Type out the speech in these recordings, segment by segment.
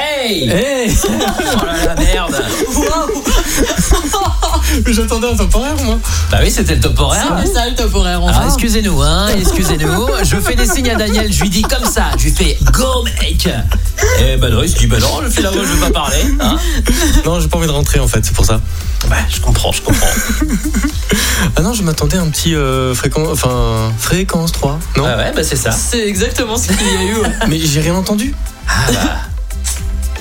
Hey Hey Oh là là, merde Wow, Mais j'attendais un temporaire, moi. Bah oui, c'était le top horaire. Ah, c'est ça le top horaire, Alors, Ah, enfin. excusez-nous, hein, excusez-nous. Je fais des signes à Daniel, je lui dis comme ça, je lui fais go mec. Et bah non, il se dit bah non, je fais la voix, je veux pas parler. Hein Non, j'ai pas envie de rentrer en fait, c'est pour ça. bah, je comprends, je comprends. Ah non, je m'attendais à un petit euh, fréquence, enfin fréquence 3. Non, Ah ouais, bah c'est ça. C'est exactement ce qu'il y a eu. ouais. mais j'ai rien entendu. Ah bah.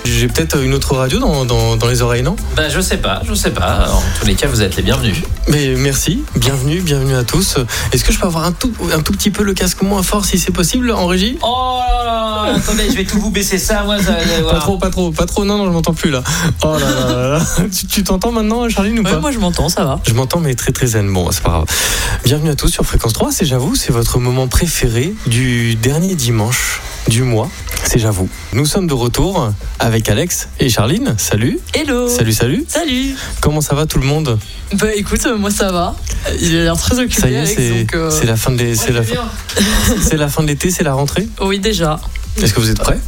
J'ai peut-être euh, une autre radio dans, dans- dans les oreilles, non Bah je sais pas, je sais pas. En tous les cas, vous êtes les bienvenus. Mais merci, bienvenue, bienvenue à tous. Est-ce que je peux avoir un tout, un tout petit peu le casque moins fort si c'est possible en régie Oh là là, attendez, je vais tout vous baisser ça, moi. Ça, euh, vous allez voir. Pas trop, pas trop, pas trop, non, non, je m'entends plus là. Oh là là là là. Tu- Tu t'entends maintenant, Charline, ou pas Ouais, moi je m'entends, ça va. Je m'entends, mais très très zen. Bon, c'est pas grave. Bienvenue à tous sur Fréquence 3, c'est J'avoue, c'est votre moment préféré du dernier dimanche du mois. C'est J'avoue. Nous sommes de retour avec Alex et Charline. Salut. Hello Salut, salut. Salut. Comment ça va tout le monde Bah écoute, euh, moi ça va. Il a l'air très occupé, Ça y est, Alex, c'est donc... euh, c'est la fin de l'é- c'est la fin- c'est la fin de l'été, c'est la rentrée. Oui, déjà. Est-ce que vous êtes prêts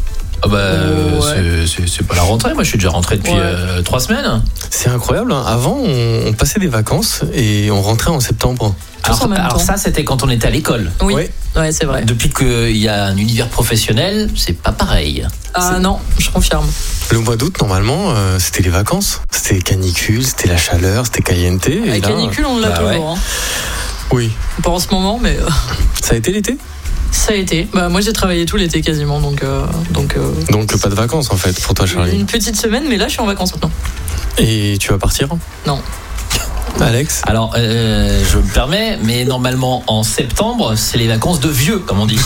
Ah bah euh, Ouais. c'est- c'est- c'est pas la rentrée, moi je suis déjà rentré depuis Ouais. euh, trois semaines. C'est incroyable. hein. Avant, on, on passait des vacances et on rentrait en septembre. Alors, en même alors temps. ça c'était quand on était à l'école. Oui. Ouais. Ouais, c'est vrai. Depuis qu'il y a un univers professionnel, c'est pas pareil. Ah non, je confirme. Le mois d'août, normalement, euh, c'était les vacances. C'était canicule, c'était la chaleur, c'était caliente. et La là- canicule, on l'a bah toujours. ouais. hein. Oui. Pas en ce moment, mais euh, Ça a été l'été ça a été. Bah moi j'ai travaillé tout l'été quasiment, donc... euh, donc euh, Donc pas de vacances en fait pour toi Charlie. Une petite semaine, mais là je suis en vacances maintenant. Et tu vas partir Non. Alex Alors, euh, je me permets, mais normalement en septembre, c'est les vacances de vieux, comme on dit.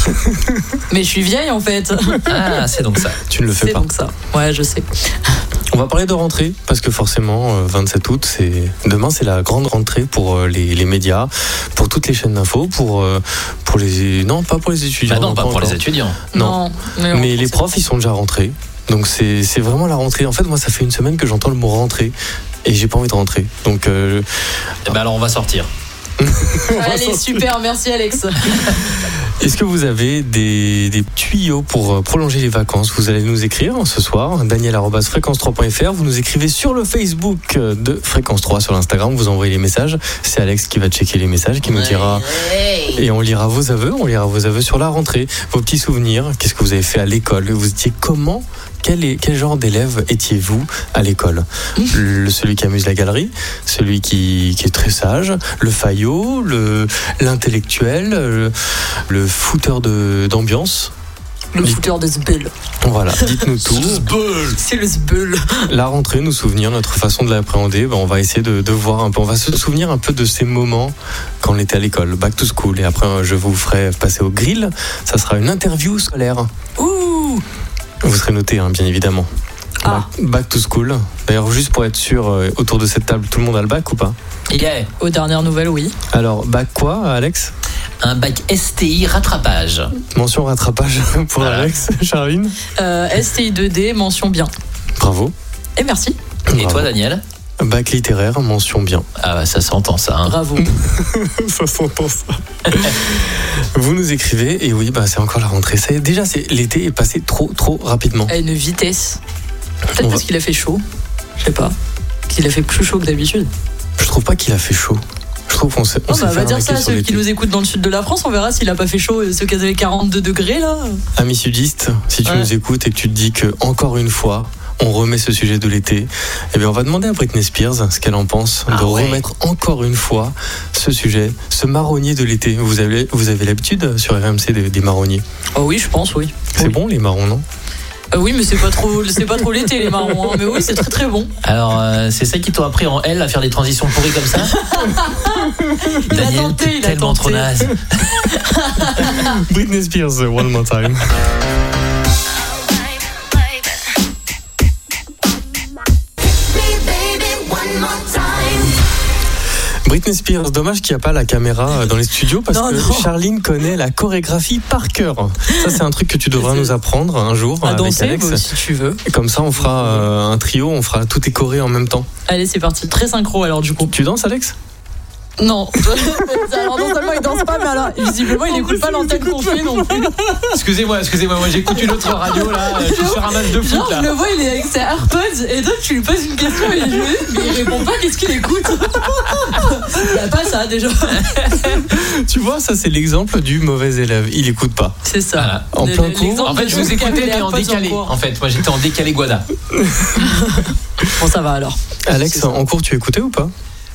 Mais je suis vieille en fait. Ah, c'est donc ça. Tu ne le fais C'est pas. donc ça. Ouais, je sais. On va parler de rentrée parce que forcément euh, 27 août c'est demain c'est la grande rentrée pour euh, les, les médias, pour toutes les chaînes d'infos, pour euh, pour les non pas pour les étudiants. Bah non, non, pas pour encore. les étudiants. Non. mais, on Mais les pense- profs ils sont déjà rentrés. Donc c'est c'est vraiment la rentrée. En fait moi ça fait une semaine que j'entends le mot rentrée et j'ai pas envie de rentrer. Donc euh, Eh ben alors, on va sortir. Allez, super, merci Alex. Est-ce que vous avez des, des tuyaux pour euh, prolonger les vacances Vous allez nous écrire hein, ce soir, daniel.fréquence3.fr. Vous nous écrivez sur le Facebook euh, de Fréquence 3, sur l'Instagram, vous envoyez les messages. C'est Alex qui va checker les messages, qui nous dira. Et on lira vos aveux, on lira vos aveux sur la rentrée, vos petits souvenirs, qu'est-ce que vous avez fait à l'école, vous étiez comment, quel, est- quel genre d'élève étiez-vous à l'école Le- Celui qui amuse la galerie, celui qui, qui est très sage, le faillot, le- l'intellectuel, le, le fouteur de- d'ambiance. Le Les- fouteur des sbulles. Voilà, dites-nous tout. C'est le sbull. La rentrée, nos souvenirs, notre façon de l'appréhender, ben, on va essayer de, de voir un peu, on va se souvenir un peu de ces moments quand on était à l'école, back to school. Et après, euh, je vous ferai passer au grill. Ça sera une interview scolaire. Ouh Vous serez noté, hein, bien évidemment. Ah. Back, back to school. D'ailleurs, juste pour être sûr, euh, autour de cette table, tout le monde a le bac ou pas Yeah. Aux dernières nouvelles, oui. Alors, bac quoi, Alex Un bac STI rattrapage. Mention rattrapage pour Voilà. Alex, Charline. Euh, STI 2D, mention bien. Bravo. Et merci. Et toi, Daniel Daniel Bac littéraire, mention bien. Ah, bah, ça s'entend, ça. hein. Bravo. ça s'entend ça. Vous nous écrivez et oui, bah c'est encore la rentrée. Ça y est, déjà, c'est l'été est passé trop trop rapidement. À une vitesse. Peut-être On va- parce qu'il a fait chaud. Je sais pas. Qu'il a fait plus chaud que d'habitude. Je trouve pas qu'il a fait chaud. Je trouve qu'on s'est on Non, s'est bah, on fait va dire arnaquer ça à sur ceux l'été. qui nous écoutent dans le sud de la France. On verra s'il a pas fait chaud. euh, Ceux qui avaient 42 degrés, là. Amis sudistes, si tu Ouais. nous écoutes et que tu te dis que encore une fois on remet ce sujet de l'été, eh bien on va demander à Britney Spears ce qu'elle en pense de Ah ouais. remettre encore une fois ce sujet, ce marronnier de l'été. Vous avez vous avez l'habitude sur RMC des, des marronniers. Oh oui, je pense, oui. C'est Oui. bon les marrons, non Euh, oui, mais c'est pas trop, c'est pas trop l'été, les marrons. hein. Mais oui, c'est très très bon. Alors, euh, c'est ça qui t'ont appris en L à faire des transitions pourries comme ça Il a Daniel, tenté, t'es il a tellement tenté. trop naze. Britney Spears, one more time. Britney Spears, dommage qu'il n'y a pas la caméra euh, dans les studios parce Non, que non. Charline connaît la chorégraphie par cœur. Ça, c'est un truc que tu devras C'est- nous apprendre un jour À avec danser, Alex. bah, si tu veux. Et Comme ça, on fera euh, un trio, on fera tout est choré en même temps. Allez, c'est parti. Très synchro, alors, du coup. Tu danses, Alex Non. alors non seulement il danse pas, mais alors visiblement il n'écoute pas l'antenne qu'on fait non plus. Excusez-moi, excusez-moi, moi j'écoute une autre radio là, je suis sur un match de Genre foot là. je le vois, il est avec ses AirPods et donc tu lui poses une question et il est joué, mais il répond pas. Qu'est-ce qu'il écoute Bah pas ça déjà. Tu vois, ça c'est l'exemple du mauvais élève. Il écoute pas. C'est ça. Voilà. En Le- plein le- cours. l'exemple En fait, de je gens vous qui avaient écoutais les mais en AirPods décalé. cours. En fait, moi j'étais en décalé Guada. Bon ça va alors. Alex, C'est ça. en cours, tu écoutais ou pas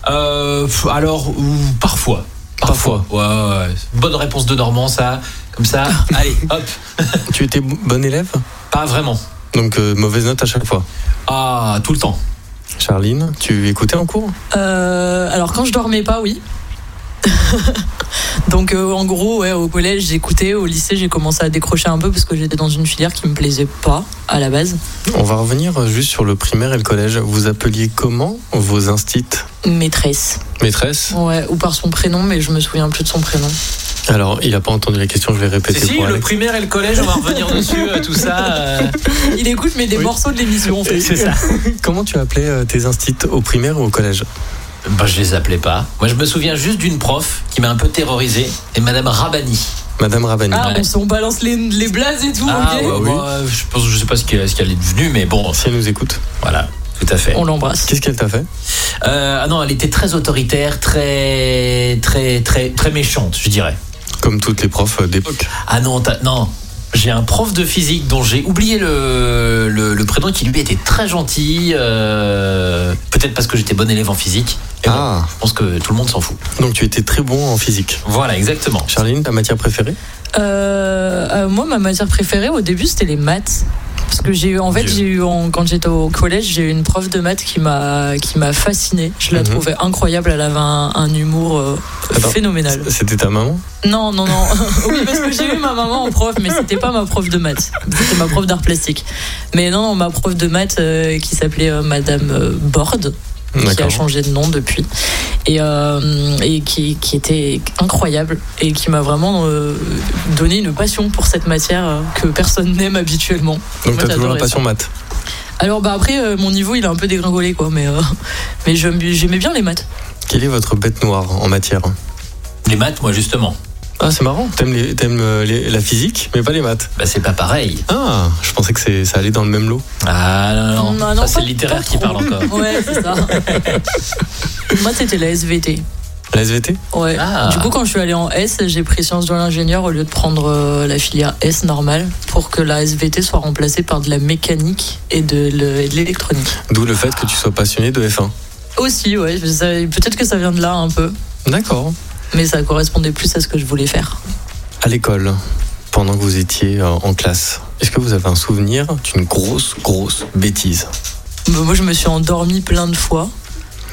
Euh, pff, alors, ou- parfois. Parfois. Ouais, ouais. Bonne réponse de Normand, ça. Comme ça. Allez, hop. Tu étais b- bon élève Pas vraiment. Donc euh, mauvaise note à chaque fois. Ah, tout le temps. Charline, tu écoutais en cours Euh, alors quand je dormais pas, oui. Donc euh, en gros, ouais, au collège j'écoutais, au lycée j'ai commencé à décrocher un peu parce que j'étais dans une filière qui me plaisait pas à la base. On va revenir euh, juste sur le primaire et le collège. Vous appeliez comment vos instits Maîtresse. Maîtresse Ouais, ou par son prénom, mais je me souviens plus de son prénom. Alors, il n'a pas entendu la question, je vais Si, répéter si, pour le Alex. primaire et le collège, on va revenir dessus, euh, tout ça. euh. Il écoute mais des Oui. morceaux de l'émission en fait. C'est ça. Comment tu appelais euh, tes instits au primaire ou au collège Bah, je les appelais pas. Moi, je me souviens juste d'une prof qui m'a un peu terrorisé, et Madame Rabani. Madame Rabani. Ah, Ouais. on, s- on balance les, les blazes et tout, Ah, ok ouais, oui. bah, euh, je pense, je sais pas ce qu'elle ce qu'elle est devenue, mais bon, Si elle nous écoute, voilà, tout à fait. On l'embrasse. qu'est-ce qu'elle t'a fait Euh, ah non, elle était très autoritaire, très, très, très, très méchante, je dirais. Comme toutes les profs euh, d'époque. Ah non, t'as- non. J'ai un prof de physique dont j'ai oublié le, le, le prénom qui lui était très gentil. euh, Peut-être parce que j'étais bon élève en physique. Et bon, Ah, je pense que tout le monde s'en fout. donc tu étais très bon en physique. Voilà, exactement. Charline, ta matière préférée Euh, euh, moi, ma matière préférée au début, c'était les maths. Parce que j'ai eu, en fait, Dieu. j'ai eu, en- quand j'étais au collège, j'ai eu une prof de maths qui m'a, qui m'a fascinée. Je la Mhm. trouvais incroyable. Elle avait un, un humour euh, Ah Attends. phénoménal. C'était ta maman Non, non, non. oui, parce que j'ai eu ma maman en prof, mais c'était pas ma prof de maths. C'était ma prof d'art plastique. Mais non, non, ma prof de maths euh, qui s'appelait euh, Madame euh, Borde. qui a D'accord. changé de nom depuis et, euh, et qui, qui était incroyable et qui m'a vraiment euh, donné une passion pour cette matière euh, que personne n'aime habituellement. Donc Moi, t'as toujours la j'adorais ça. passion maths. Alors bah après euh, mon niveau il a un peu dégringolé quoi mais euh, mais j'aime- j'aimais bien les maths. Quelle est votre bête noire en matière Les maths, moi, justement, Ah, c'est marrant. T'aimes, les- t'aimes, euh, les- la physique, mais pas les maths. bah, c'est pas pareil. Ah, je pensais que c'est- ça allait dans le même lot. Ah non, non, Non, ça non, c'est pas- le littéraire pas qui trop. parle encore. Ouais c'est ça. Moi c'était la SVT. La SVT Ouais. Ah. Du coup quand je suis allée en S j'ai pris sciences de l'ingénieur au lieu de prendre euh, la filière S normale pour que la SVT soit remplacée par de la mécanique et de le- et de l'électronique. D'où le fait que tu sois passionné de F1. Aussi, ouais. ça- Peut-être que ça vient de là un peu, D'accord. mais ça correspondait plus à ce que je voulais faire. À l'école, pendant que vous étiez euh, en classe, est-ce que vous avez un souvenir d'une grosse, grosse bêtise Bah, moi, je me suis endormie plein de fois.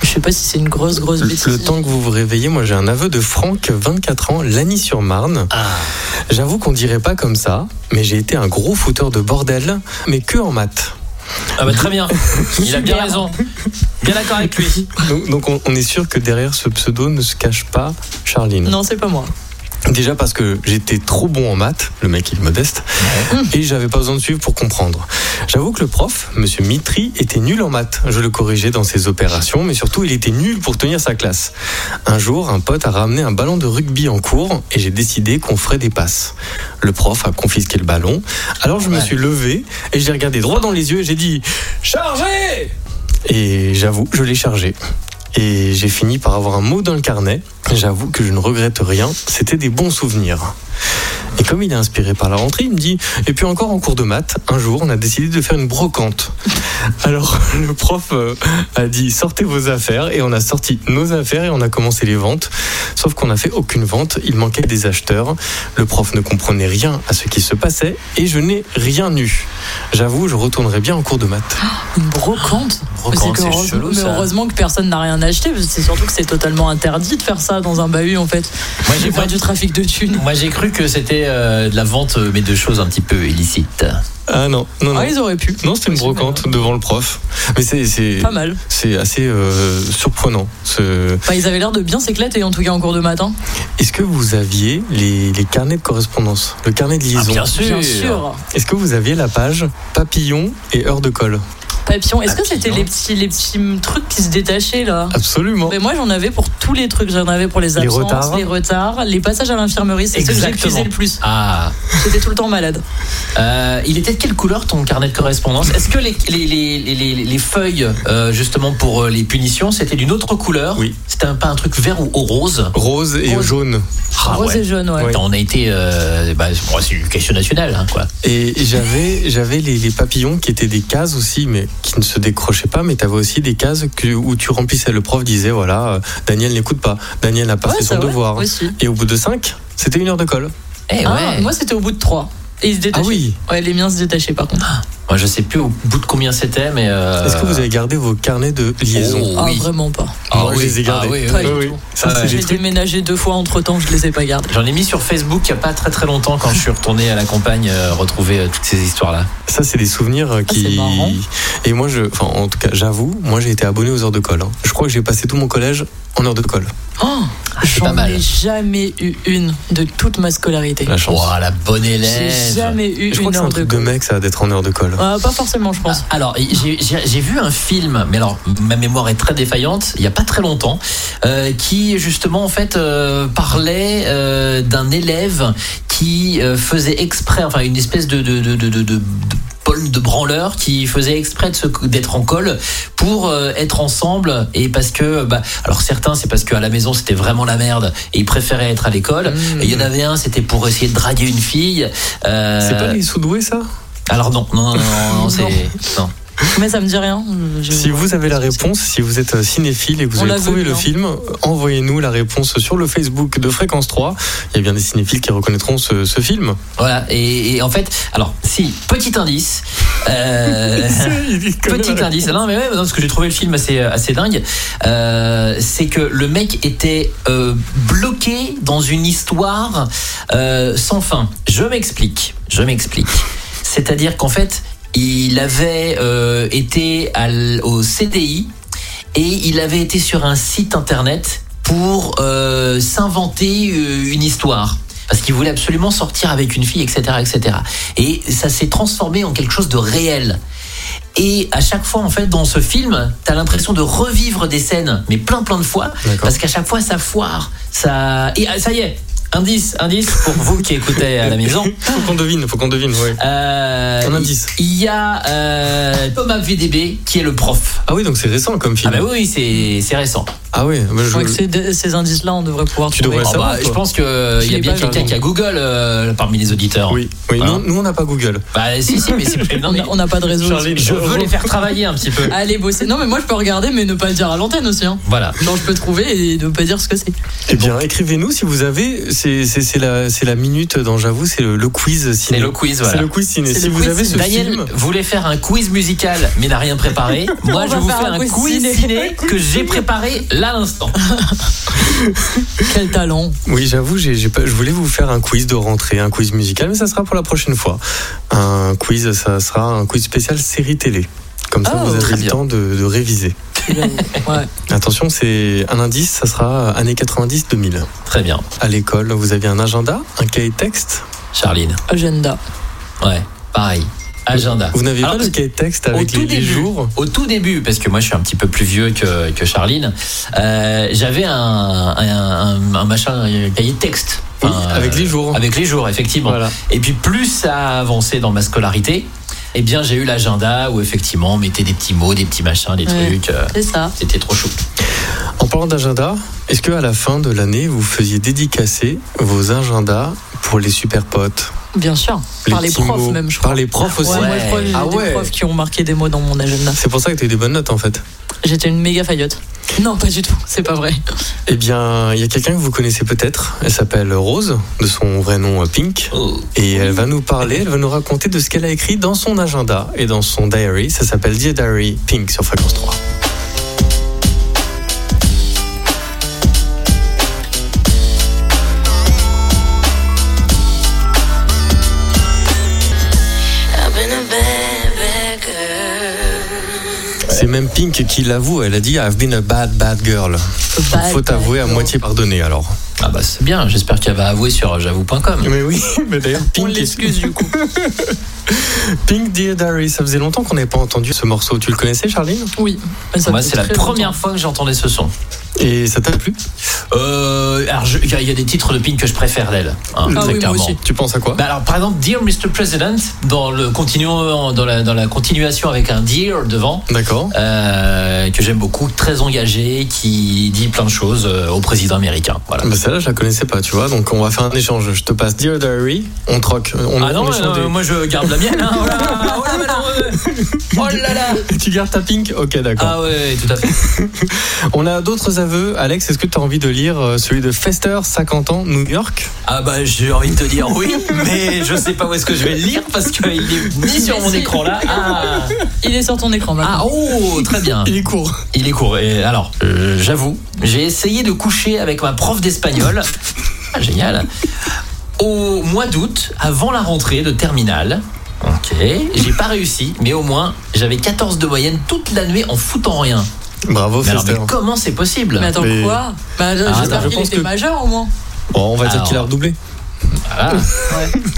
Je sais pas si c'est une grosse, grosse le, bêtise. le temps que vous vous réveillez, moi j'ai un aveu de Franck, 24 ans, Lagny-sur-Marne. Ah. J'avoue qu'on dirait pas comme ça, mais j'ai été un gros fouteur de bordel, mais que en maths. Ah bah très bien, il a bien Super. raison. Bien d'accord avec lui. Donc, donc on, on est sûr que derrière ce pseudo ne se cache pas Charline. Non, c'est pas moi. Déjà parce que j'étais trop bon en maths, le mec il est modeste, et j'avais pas besoin de suivre pour comprendre. J'avoue que le prof, monsieur Mitri, était nul en maths. Je le corrigeais dans ses opérations, mais surtout il était nul pour tenir sa classe. Un jour, un pote a ramené un ballon de rugby en cours et j'ai décidé qu'on ferait des passes. Le prof a confisqué le ballon, alors je me Ouais. suis levé et j'ai regardé droit dans les yeux et j'ai dit Chargé et j'avoue, je l'ai chargé. Et j'ai fini par avoir un mot dans le carnet. J'avoue que je ne regrette rien. C'était des bons souvenirs. Et comme il est inspiré par la rentrée, il me dit Et puis encore en cours de maths, un jour, on a décidé de faire une brocante. Alors le prof euh, a dit Sortez vos affaires. Et on a sorti nos affaires et on a commencé les ventes. Sauf qu'on n'a fait aucune vente. Il manquait des acheteurs. Le prof ne comprenait rien à ce qui se passait. Et je n'ai rien eu. J'avoue, je retournerai bien en cours de maths. Une brocante. Brocante, que c'est heureuse- chelou, mais ça. heureusement que personne n'a rien acheté, parce que c'est surtout que c'est totalement interdit de faire ça dans un bahut, en fait. Moi j'ai Faire du trafic de thunes. Moi j'ai cru que c'était euh, de la vente, euh, mais de choses un petit peu illicites. Ah non, non, non. Ah, ils auraient pu. Non, c'était une brocante devant le prof. Mais c'est c'est Pas mal. c'est assez euh, surprenant. ce- Bah, ils avaient l'air de bien s'éclater, en tout cas, en cours de matin. Est-ce que vous aviez les, les carnets de correspondance, le Ah, carnet de liaison bien sûr. Bien sûr. Est-ce que vous aviez la page papillon et heure de colle Papillon. Est-ce que Papillon. c'était les petits, les petits trucs qui se détachaient là Absolument. mais moi j'en avais pour tous les trucs, j'en avais pour les Les absences, retards. les retards, les, passages à l'infirmerie, c'est ce que j'ai Exactement. épuisé le plus. Ah, J'étais tout le temps malade. Euh, il était de quelle couleur ton carnet de correspondance Est-ce que les, les, les, les- les- les feuilles, euh, justement pour euh, les punitions, c'était d'une autre couleur Oui. C'était un- pas un truc vert ou, ou rose Rose et Rose. jaune. Ah Rose ouais. et jaune, ouais. Oui. Attends, on a été. euh, bah, bon, c'est une question nationale, hein, quoi. Et j'avais j'avais les, les papillons qui étaient des cases aussi, mais qui ne se décrochaient pas. Mais t'avais aussi des cases que, où tu remplissais. Le prof disait voilà, euh, Daniel n'écoute pas. Daniel n'a pas Ouais, fait ça, son ouais, devoir. hein. Aussi. Et au bout de 5, c'était une heure de colle. Eh Ah, ouais. moi c'était au bout de 3. Et ils se Ah détachaient. oui Ouais, les miens se détachaient par contre. Moi, je sais plus au bout de combien c'était, mais. euh, Est-ce que vous avez gardé vos carnets de liaison Oh, Ah, oui. vraiment pas. Ah Moi, oui. je les ai gardés. Ah oui, oui, Pas oui. du Oui, tout. oui. Ça, Ah c'est ouais. des J'ai trucs- déménagé deux fois entre temps, je les ai pas gardés. J'en ai mis sur Facebook il n'y a pas très très longtemps quand je suis retourné à la campagne euh, retrouver euh, toutes ces histoires-là. Ça, c'est des souvenirs euh, Ah, c'est qui. marrant. et moi, je, enfin, en tout cas, j'avoue, moi, j'ai été abonné aux heures de colle. hein. Je crois que j'ai passé tout mon collège en heures de colle. Oh, c'est pas J'en mal. ai jamais eu une de toute ma scolarité. La chance. Ouah, la bonne J'ai élève jamais eu je crois une que c'est un heure de truc de colle. mec, ça, d'être en heure de colle. Ah, pas forcément, je pense. Alors, j'ai- j'ai j'ai vu un film, mais alors ma mémoire est très défaillante, il n'y a pas très longtemps, euh, qui justement en fait euh, parlait euh, d'un élève qui euh, faisait exprès, enfin une espèce de, de, de, de, de, de- de Paul de branleur qui faisait exprès de se- d'être en colle pour euh, être ensemble et parce que bah, alors certains c'est parce qu'à la maison c'était vraiment la merde et ils préféraient être à l'école Mmh. Et il y en avait un c'était pour essayer de draguer une fille euh, C'est pas les sous-doués, ça alors non non non non, non, c'est non Mais ça me dit rien. Je- Si vous avez la réponse, si vous êtes euh, cinéphile et que vous On avez la hein. veut trouvé le bien. film, euh, envoyez-nous la réponse sur le Facebook de Fréquence 3. Il y a bien des cinéphiles qui reconnaîtront ce, ce film. Voilà, et, et en fait, alors, si, petit indice. euh, petit indice. Non, mais ouais, non, parce que j'ai trouvé le film assez, assez dingue. euh, c'est que le mec était euh, bloqué dans une histoire euh, sans fin. Je m'explique. Je m'explique. C'est-à-dire qu'en fait, il avait euh, été à l- au CDI et il avait été sur un site internet pour euh, s'inventer euh, une histoire. Parce qu'il voulait absolument sortir avec une fille, etc., etc. Et ça s'est transformé en quelque chose de réel. Et à chaque fois, en fait, dans ce film, t'as l'impression de revivre des scènes, mais plein, plein de fois, D'accord. parce qu'à chaque fois, ça foire. Ça... Et ah, ça y est, indice, indice pour vous qui écoutez à la maison. Ah. faut qu'on devine, faut qu'on devine, ouais. Euh, Un indice. Il y a euh, Thomas VDB qui est le prof. Ah oui, donc c'est récent comme Ah film. bah oui, c'est c'est récent. Ah oui, bah Je je- crois que ces, ces indices-là, on devrait pouvoir Tu trouver. devrais Ah ça bah, va, je toi pense que il y Je a l'ai bien pas quelqu'un vu. qui a Google euh, parmi les auditeurs. Oui, Ah. oui. Hein nous, nous, on n'a pas Google. Bah si si, mais c'est non, On mais a- On n'a pas de réseau. Charlie, je veux les faire travailler un petit peu. Allez bosser. Non, mais moi je peux regarder, mais ne pas le dire à l'antenne aussi. Hein. Ah. Voilà. Genre, je peux trouver et ne pas dire ce que c'est. Eh bien, écrivez-nous si vous avez. C'est c'est- c'est la, c'est la minute dans J'avoue, c'est le, le quiz ciné. C'est le quiz C'est voilà. le quiz ciné. C'est Si le vous quiz avez ce ciné. Daniel film. voulait faire un quiz musical mais n'a rien préparé. Moi, On je va vous fais faire un quiz, ciné, que j'ai préparé là à l'instant. Quel talent. Oui, j'avoue, j'ai j'ai pas- je voulais vous faire un quiz de rentrée, un quiz musical, mais ça sera pour la prochaine fois. Un quiz, ça sera un quiz spécial série télé. Comme ça, Oh, vous très avez le bien. temps de, de réviser. Ouais. Attention, c'est un indice, ça sera années 90-2000. Très bien, À l'école, vous aviez un agenda, un cahier de texte. Charline. Agenda. Ouais, pareil. Agenda. Vous n'aviez Alors, pas le cahier de texte au avec tout les, les début, jours au tout début, parce que moi je suis un petit peu plus vieux que, que Charline, euh, j'avais un, un, un- un machin, un cahier de texte. Oui, Enfin, euh, avec les jours. Avec les jours, effectivement. Voilà. Et puis plus ça a avancé dans ma scolarité, eh bien j'ai eu l'agenda où effectivement on mettait des petits mots, des petits machins, des Ouais. trucs. euh, C'est ça. C'était trop chou. En parlant d'agenda, est-ce que à la fin de l'année, vous faisiez dédicacer vos agendas pour les super potes Bien sûr. Par les petits profs, mots. même, je Par crois. les profs aussi. Ouais, moi, Ouais. je crois que j'ai Ah des ouais. profs qui ont marqué des mots dans mon agenda. C'est pour ça que tu as eu des bonnes notes en fait. J'étais une méga faillotte. Non, pas du tout. C'est pas vrai. Eh bien, il y a quelqu'un que vous connaissez peut-être. Elle s'appelle Rose, de son vrai nom euh, Pink. Et elle va nous parler, elle va nous raconter de ce qu'elle a écrit dans son agenda et dans son diary. Ça s'appelle Dear Diary Pink sur Fréquence 3. I've been a bad, bad girl. C'est même Pink qui l'avoue. Elle a dit I've been a bad, bad girl. Bad Faut girl. avouer à moitié pardonné alors. Ah bah c'est bien, j'espère qu'elle va avouer sur j'avoue.com. Mais oui, mais d'ailleurs, On Pink, est- l'excuse du coup. Pink Dear Diary, ça faisait longtemps qu'on n'avait pas entendu ce morceau. Tu le connaissais, Charline Oui. Mais ça Moi, fait c'est la très première longtemps. fois que j'entendais ce son. Et ça t'a Ah plu Euh, alors, je- il y, a- il y a des titres de Pink que je préfère d'elle. hein, Ah très oui, moi clairement. aussi. Tu penses à quoi Bah alors, par exemple, Dear Mr. President, dans, le continuant- dans, la, dans la continuation avec un Dear devant, D'accord. euh, que j'aime beaucoup, très engagé, qui dit plein de choses euh, au président américain. Voilà. Bah celle-là, je la connaissais pas, tu vois. Donc on va faire un échange. Je te passe Dear Diary, on troque. On, Ah non, on échange non, des- moi je garde la mienne. hein. Oh là là, oh là malheureux. Oh là là. Tu gardes ta Pink Ok, d'accord. Ah ouais, tout à fait. Ah. On a d'autres aveux. Alex, est-ce que tu as envie de lire euh, celui de Fester, 50 ans, New York Ah bah j'ai envie de te dire oui, mais je sais pas où est-ce que je vais le lire parce qu'il est ni sur mon Mais si. écran là. Ah, Il est sur ton écran Ah, maintenant. oh, très bien. est court. Il est court. Et alors, euh, j'avoue, j'ai essayé de coucher avec ma prof d'espagnol. Ah, génial. Au mois d'août, avant la rentrée de terminale. Ok, j'ai pas réussi, mais au moins j'avais 14 de moyenne toute la nuit en foutant rien. Bravo, Mais alors, Fester. mais comment c'est possible Mais attends, Mais- quoi bah, attends, J'espère Ah, je qu'il pense était que- majeur au moins. Bon, on va dire Alors. qu'il a redoublé. Ah,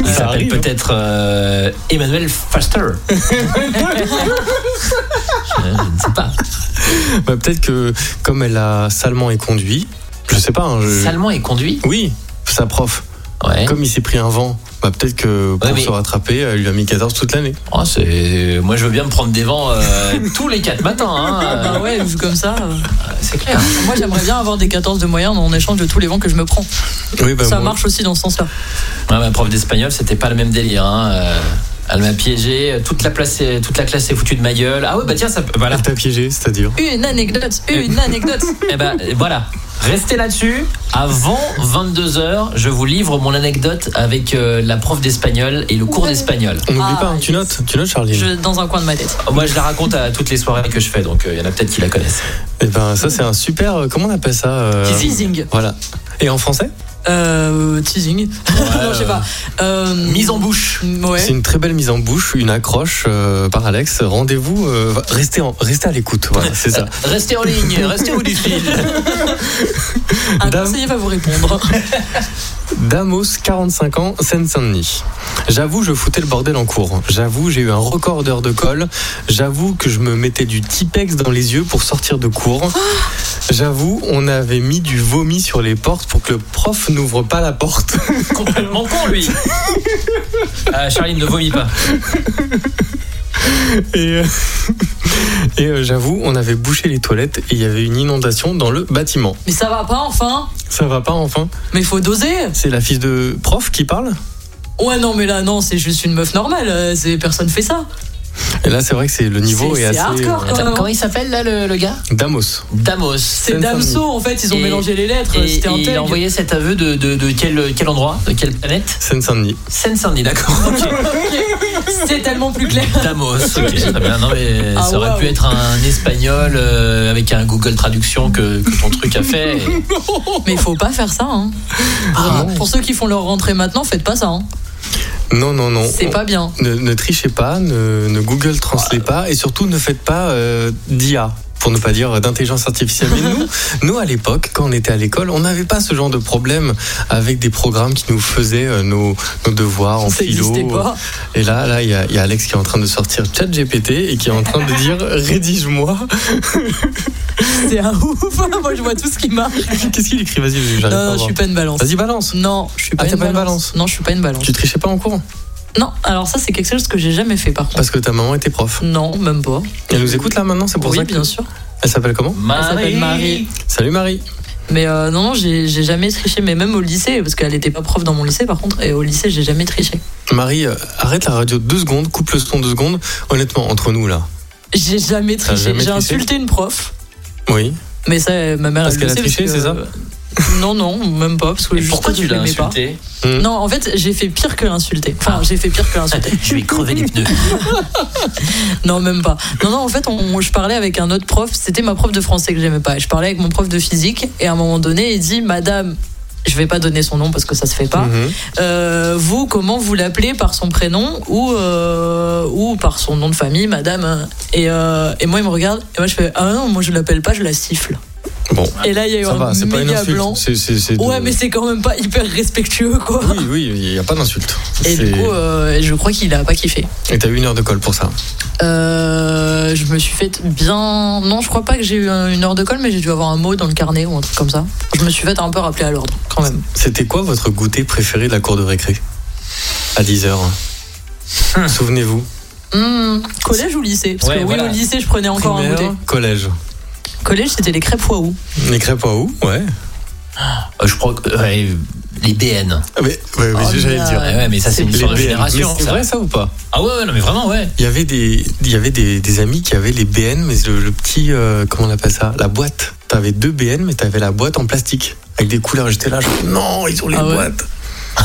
Il Ça s'appelle arrive, hein. peut-être euh, Emmanuel Faster. je, je ne sais pas. Bah, Peut-être que comme elle a salement et conduit, je sais pas. hein, je- Salement est conduit. Oui, sa prof. Hein Ouais. Comme il s'est pris un vent, bah, peut-être que pour Ouais, mais- se rattraper, elle lui a mis 14 toute l'année. Oh, c'est... Moi, je veux bien me prendre des vents euh, tous les quatre matins. hein. Bah ouais, vu comme ça. euh, C'est clair. Moi j'aimerais bien avoir des 14 de moyenne en échange de tous les vents que je me prends. Oui, Ben, bah, ça moi- marche aussi dans ce sens-là. Ouais, ma prof d'espagnol, c'était pas le même délire. hein. Euh, Elle m'a piégé. Toute la, place, est- toute la classe s'est foutue de ma gueule. Ah ouais, bah tiens, ça peut. Voilà. Elle t'a piégé, c'est-à-dire. Une anecdote, une anecdote. Eh ben, voilà. Restez là-dessus. Avant 22h, je vous livre mon anecdote avec euh, la prof d'espagnol et le cours d'espagnol. On n'oublie Ah, pas, hein, tu yes. notes, tu notes, Charline. Je, dans un coin de ma tête. Moi, je la raconte à toutes les soirées que je fais, donc il y en a peut-être qui la connaissent. Eh ben, ça, c'est un super. euh, Comment on appelle ça euh, Teasing. Voilà. Et en français Euh, teasing. non, je sais pas. Euh, Mise en bouche. Ouais. C'est une très belle mise en bouche, une accroche euh, par Alex. Rendez-vous, euh, va- restez, en- restez à l'écoute. Voilà, c'est ça. Restez en ligne, restez au du fil. Un Dame. conseiller va vous répondre. Damos, 45 ans, Seine-Saint-Denis. J'avoue, je foutais le bordel en cours. J'avoue, j'ai eu un record d'heures de colle. J'avoue que je me mettais du Tipex dans les yeux pour sortir de cours. J'avoue, on avait mis du vomi sur les portes pour que le prof n'ouvre pas la porte. Complètement con, lui. Ah, Charline ne vomit pas. Et, euh, et, euh, j'avoue, on avait bouché les toilettes et il y avait une inondation dans le bâtiment. Mais ça va pas enfin Ça va pas enfin Mais faut doser C'est la fille de prof qui parle Ouais, non, mais là, non, c'est juste une meuf normale. euh, c'est- Personne fait ça. Et là, c'est vrai que c'est le niveau est, C'est- c'est assez. hardcore, euh, quand même. Comment il s'appelle, là, le, le gars Damos. Damos. C'est Damso, en fait, ils ont Et- mélangé les lettres. Et, C'était et un il a tel. envoyé cet aveu de, de- de quel, quel endroit De quelle planète Seine-Saint-Denis. Seine-Saint-Denis, d'accord. ok. C'est tellement plus clair. Damos, ok, très bien. Non, mais Ah, ça aurait waouh. pu être un espagnol euh, avec un Google Traduction que, que ton truc a fait. Et- Mais faut pas faire ça. Hein. Ah, Pour ceux qui font leur rentrée maintenant, faites pas ça. hein. Non, non, non. C'est On- pas bien. Ne, ne trichez pas, ne, ne Google Translate pas et surtout ne faites pas euh, d'IA, pour ne pas dire d'intelligence artificielle. Mais nous, nous à l'époque, quand on était à l'école, on n'avait pas ce genre de problème avec des programmes qui nous faisaient euh, nos, nos devoirs en Ça philo. n'existait pas. Et là, là, il y, a- il y a Alex qui est en train de sortir ChatGPT et qui est en train de dire rédige-moi. C'est un ouf. Moi, je vois tout ce qui marche. Qu'est-ce qu'il écrit Vas-y, j'arrive pas à Non, je voir. suis pas une balance. Vas-y, balance. Non, je suis pas, Ah, t'es une, pas une balance. balance Non, je suis pas une balance. Tu trichais pas en cours Non, alors ça, c'est quelque chose que j'ai jamais fait, par contre. Parce que ta maman était prof. Non, même pas. Elle nous écoute là maintenant, c'est pour oui, ça que- bien sûr. Elle s'appelle comment Marie. s'appelle Marie. Salut Marie. Mais euh, non, non, j'ai j'ai jamais triché, mais même au lycée, parce qu'elle était pas prof dans mon lycée, par contre, et au lycée, j'ai jamais triché. Marie, euh, arrête la radio deux secondes, coupe le son deux secondes. Honnêtement, entre nous là. J'ai jamais T'as triché. jamais J'ai triché insulté une prof. Oui. Mais ça, euh, ma mère Parce elle le qu'elle a sait, triché, que- c'est ça Non, non, même pas. Parce que Et juste, pourquoi tu je l'as l'aimais pas. insulté Hmm? Non, en fait, j'ai fait pire que l'insulter. Enfin, Ah. j'ai fait pire que l'insulter. Je vais crever les pneus. non, même pas. Non, non, en fait, on- je parlais avec un autre prof. C'était ma prof de français que j'aimais pas. Et Je parlais avec mon prof de physique. Et à un moment donné, il dit Madame, je vais pas donner son nom parce que ça se fait pas. Mhm. Euh, vous, comment vous l'appelez par son prénom ou, euh, ou par son nom de euh, famille, madame hein. et, euh, et moi, il me regarde, et moi, je fais Ah non, moi, je l'appelle pas, je la siffle. bon. Et là, il y a eu Ça un va, c'est pas une méga insulte. blanc. C'est- c'est- c'est de- Ouais, mais c'est quand même pas hyper respectueux, quoi. Oui, oui, il n'y a pas d'insulte. Et C'est- du coup, euh, je crois qu'il a pas kiffé. Et t'as eu une heure de colle pour ça. Euh, je me suis fait bien. Non, je crois pas que j'ai eu une heure de colle, mais j'ai dû avoir un mot dans le carnet ou un truc comme ça. Je me suis fait un peu rappeler à l'ordre, quand même. C'était quoi votre goûter préféré de la cour de récré À 10h. Hum. Souvenez-vous. Hmm, collège ou lycée Parce Ouais, que voilà. oui, au lycée, je prenais encore Primaire, un goûter. collège. Collège, c'était les crêpes waouh. Les crêpes à où Ouais. Euh, Je crois que ouais, les BN. Ah, Mais, ouais, mais Oh, j'allais le dire. là. Ouais, ouais, mais ça c'est une Les histoire de BN. génération. Mais C'est ça. vrai ça ou pas Ah ouais, ouais, non mais vraiment ouais. Il y avait des, il y avait des, des amis qui avaient les BN, mais le, le petit, euh, comment on appelle ça La boîte. T'avais deux BN, mais t'avais la boîte en plastique. Avec des couleurs, j'étais là, genre, non, ils ont les Ah ouais. boîtes.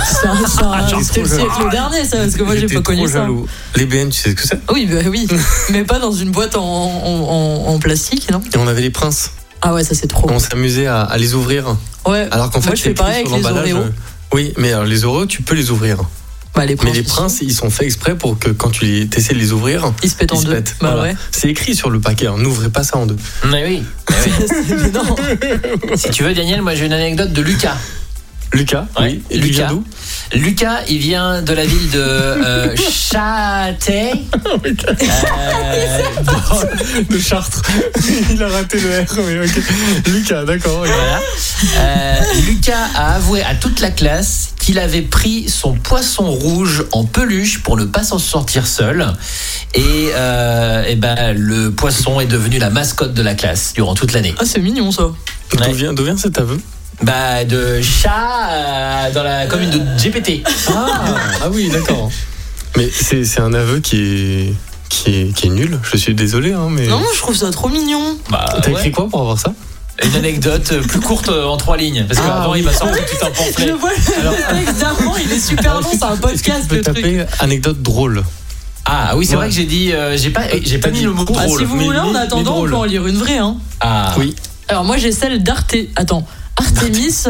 C'est un- c'est J'en un- C'était le trouve siècle Ah, jaloux. dernier, ça, parce que moi, j'ai J'étais pas connu trop ça. jaloux. Les BN, tu sais ce que c'est Oui, bah oui. mais pas dans une boîte en, en- en- en plastique, non Et on avait les princes. Ah ouais, ça c'est trop. On s'amusait à, à les ouvrir. Ouais. Alors qu'en fait, Moi, je c'est fais pareil écrit avec sur les l'emballage, Oreos. euh, Oui, mais alors, les Oreos, tu peux les ouvrir. Bah, les Mais les princes, princes, ils sont faits exprès pour que quand tu les, essaies de les ouvrir, ils se pètent en ils se deux. pètent. Bah Voilà. ouais. C'est écrit sur le paquet, hein, n'ouvrez pas ça en deux. Mais oui. Mais oui. Mais non. si tu veux Daniel, moi j'ai une anecdote de Lucas. Lucas, Ouais, oui. Et Lucas, Lucas. d'où Lucas, il vient de la ville de euh, Châtelet. Ah, Euh, de Chartres. Il a raté le R, mais ok. Lucas, d'accord. ok. Voilà. Euh, Lucas a avoué à toute la classe qu'il avait pris son poisson rouge en peluche pour ne pas s'en sortir seul. Et, euh, eh ben, le poisson est devenu la mascotte de la classe durant toute l'année. Ah, c'est mignon ça. Ouais. D'où vient, d'où vient cet aveu Bah, de chat euh, dans la commune de GPT. ah, oui, d'accord. Mais c'est c'est un aveu qui est, qui est, qui est nul. Je suis désolé, hein, mais. Non, moi, je trouve ça trop mignon. Bah, T'as ouais. écrit quoi pour avoir ça Une anecdote euh, plus courte euh, en trois lignes. Parce Ah, qu'avant, oui. il m'a sorti tout un pamphlet. Je vois le texte d'avant, il est super long, c'est un Est-ce que tu podcast peux le truc. taper anecdote drôle Ah oui, c'est Ouais. vrai que j'ai dit. euh, j'ai pas, j'ai pas T'as mis dit le mot drôle. Ah, drôle. si vous mais- voulez, en mais- mais attendant, on Oh, drôle. peut en lire une vraie. Hein. Ah Oui. Alors, moi, j'ai celle d'Arte. Attends, Artemis.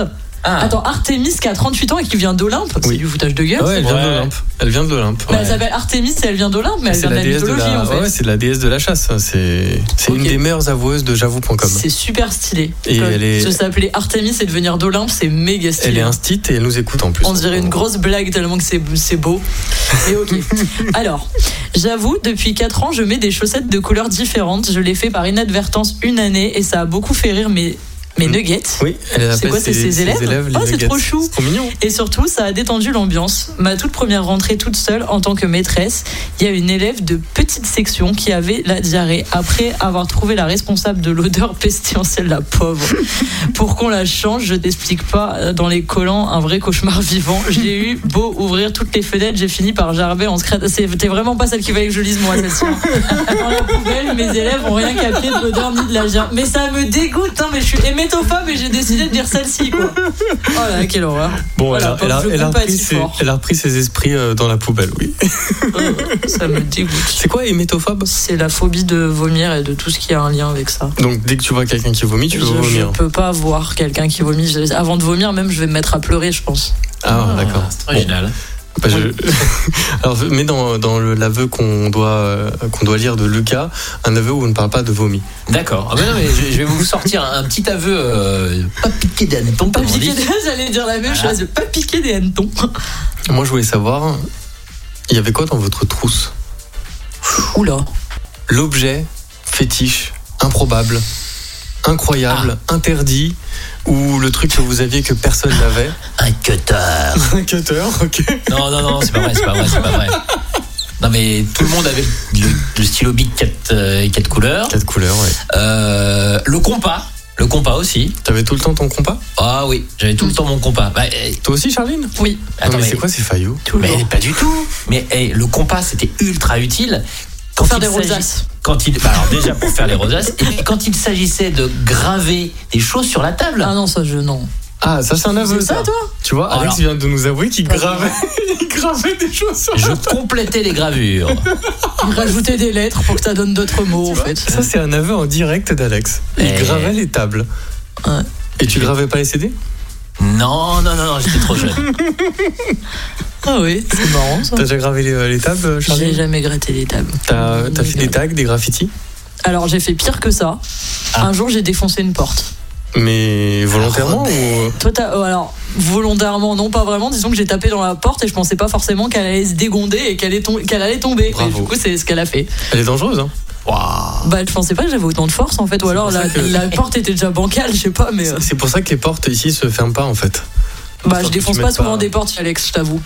Ah. Attends, Artemis qui a 38 ans et qui vient d'Olympe. Oui. C'est du foutage de gueule. Ouais, ça. elle vient Ouais. de l'Olympe. Elle vient de l'Olympe. Bah, ouais. Elle s'appelle Artemis et elle vient d'Olympe, mais elle C'est vient de la la déesse de mythologie la, en fait. ouais, c'est de la déesse de la chasse. hein. C'est c'est Ok. une des meilleures avoueuses de j'avoue.com. C'est super stylé. Et Comme elle est- Se s'appeler Artemis et devenir d'Olympe, c'est méga stylé. Elle est instite et elle nous écoute en plus. On dirait une grosse blague tellement que c'est c'est beau. Mais ok. Alors, j'avoue, depuis 4 ans, je mets des chaussettes de couleurs différentes. Je l'ai fait par inadvertance une année et ça a beaucoup fait rire mes, mes nuggets. Oui, elle appelle quoi, c'est ses élèves les Oh, c'est nuggets. trop chou. C'est trop mignon. Et surtout, ça a détendu l'ambiance. Ma toute première rentrée toute seule en tant que maîtresse, il y a une élève de petite section qui avait la diarrhée après avoir trouvé la responsable de l'odeur pestilentielle, la pauvre. Pour qu'on la change, je t'explique pas, euh, dans les collants, un vrai cauchemar vivant. J'ai eu beau ouvrir toutes les fenêtres, j'ai fini par gerber en secret. C'était vraiment pas celle qui fallait que je lise, moi, celle-ci. hein. Dans la poubelle, mes élèves ont rien capté de l'odeur ni de la gerbe. Mais ça me dégoûte, hein, mais je suis hémétophobe et j'ai décidé de dire celle-ci, quoi. Oh là, quelle horreur. Bon, Voilà, elle, a, pauvre, je elle a compatis repris ses, fort. elle a repris ses esprits euh, dans la poubelle, oui. Ça me dégoûte. C'est quoi hémétophobe C'est la phobie de vomir et de tout ce qui a un lien avec ça. Donc dès que tu vois quelqu'un qui vomit, tu Je, veux je vomir. peux pas voir quelqu'un qui vomit. Je- Avant de vomir, même, je vais me mettre à pleurer, je pense. Ah, d'accord. Ah, C'est original. Bah, je- Alors, mais dans, dans le- l'aveu qu'on doit, euh, qu'on doit lire de Lucas, un aveu où on ne parle pas de vomi. D'accord. Ah, mais non, mais je, je vais vous sortir un petit aveu euh, pas piqué d'hanneton, Pas comme on piquer dit. des... J'allais dire la même Voilà. chose. Pas piquer des hannetons. Moi, je voulais savoir, il y avait quoi dans votre trousse Oula. l'objet fétiche, improbable, incroyable, Ah. interdit, ou le truc que vous aviez que personne n'avait. Un cutter. Un cutter, ok. Non, non, non, c'est pas vrai, c'est pas vrai, c'est pas vrai. Non mais tout le monde avait le, le stylo Bic 4, couleurs, Quatre couleurs, ouais. Euh, le compas, le compas aussi. T'avais tout le temps ton compas Ah oui, j'avais tout le temps mon compas. Bah, eh, Toi aussi, Charline Oui. attends Non, mais mais, c'est quoi ces faillots Tout le mais temps. pas du tout. Mais eh, le compas c'était ultra utile quand Pour faire il des s'agit- rosaces. Quand il, bah, alors déjà pour faire les rosaces et puis quand il s'agissait de graver des choses sur la table. Ah non, ça, je. Non. Ah, ça c'est un aveu, C'est ça, toi Tu vois, Alors. Alex vient de nous avouer qu'il gravait, il gravait des choses sur Je complétais les gravures. Rajouter des lettres pour que ça donne d'autres mots, en fait. Ah. Ça, c'est un aveu en direct d'Alex. Il Eh. gravait les tables. Ouais. Et tu gravais pas les CD Non, non, non, non, j'étais trop jeune. Ah oui, c'est marrant, ça. T'as déjà gravé les, les tables, J'ai Charline jamais gratté les tables. T'as t'as fait Jamais. des tags, des graffitis Alors, j'ai fait pire que ça. Ah. Un jour, j'ai défoncé une porte. Mais volontairement ou... euh, Toi, t'as- oh, alors, volontairement, non, pas vraiment. Disons que j'ai tapé dans la porte et je pensais pas forcément qu'elle allait se dégonder et qu'elle allait, tom- qu'elle allait tomber. Bravo. Et du coup, c'est ce qu'elle a fait. Elle est dangereuse, hein Bah, je pensais pas que j'avais autant de force en fait. Ou alors, pour la, ça que- la porte était déjà bancale, je sais pas, mais. euh, C'est pour ça que les portes ici se ferment pas en fait. bah, que je tu défonce mettes pas souvent pas- des portes, Alex, je t'avoue.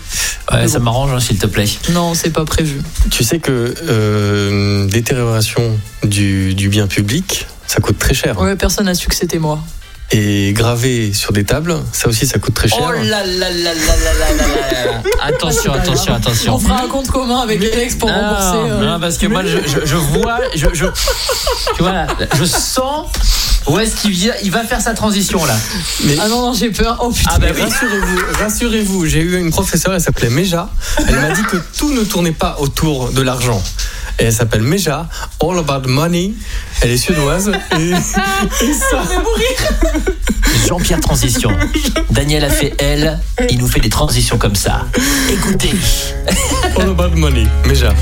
Ouais, ça m'arrange, hein, s'il te plaît. Non, c'est pas prévu. Tu sais que euh, détérioration du, du bien public, ça coûte très cher. hein. Ouais, personne n'a su que c'était moi. Et gravé sur des tables, ça aussi ça coûte très cher. Oh là là là là là là là là là. Attention, attention, On attention. fera un compte commun avec Alex pour Ah, rembourser. euh, non, parce que moi, je, je- je vois, je, je, tu vois, là, je sens où est-ce qu'il vient. Il va faire sa transition là. Mais- ben, Ah non, non, j'ai peur. Oh putain. Ah bah oui. Rassurez-vous, rassurez-vous, j'ai eu une professeure, elle s'appelait Méja. Elle m'a dit que tout ne tournait pas autour de l'argent. Et elle s'appelle Méja, All About Money. Elle est suédoise. Et, et ça, Jean-Pierre transition. Daniel a fait elle. Il nous fait des transitions comme ça. Écoutez. All About Money. Méja.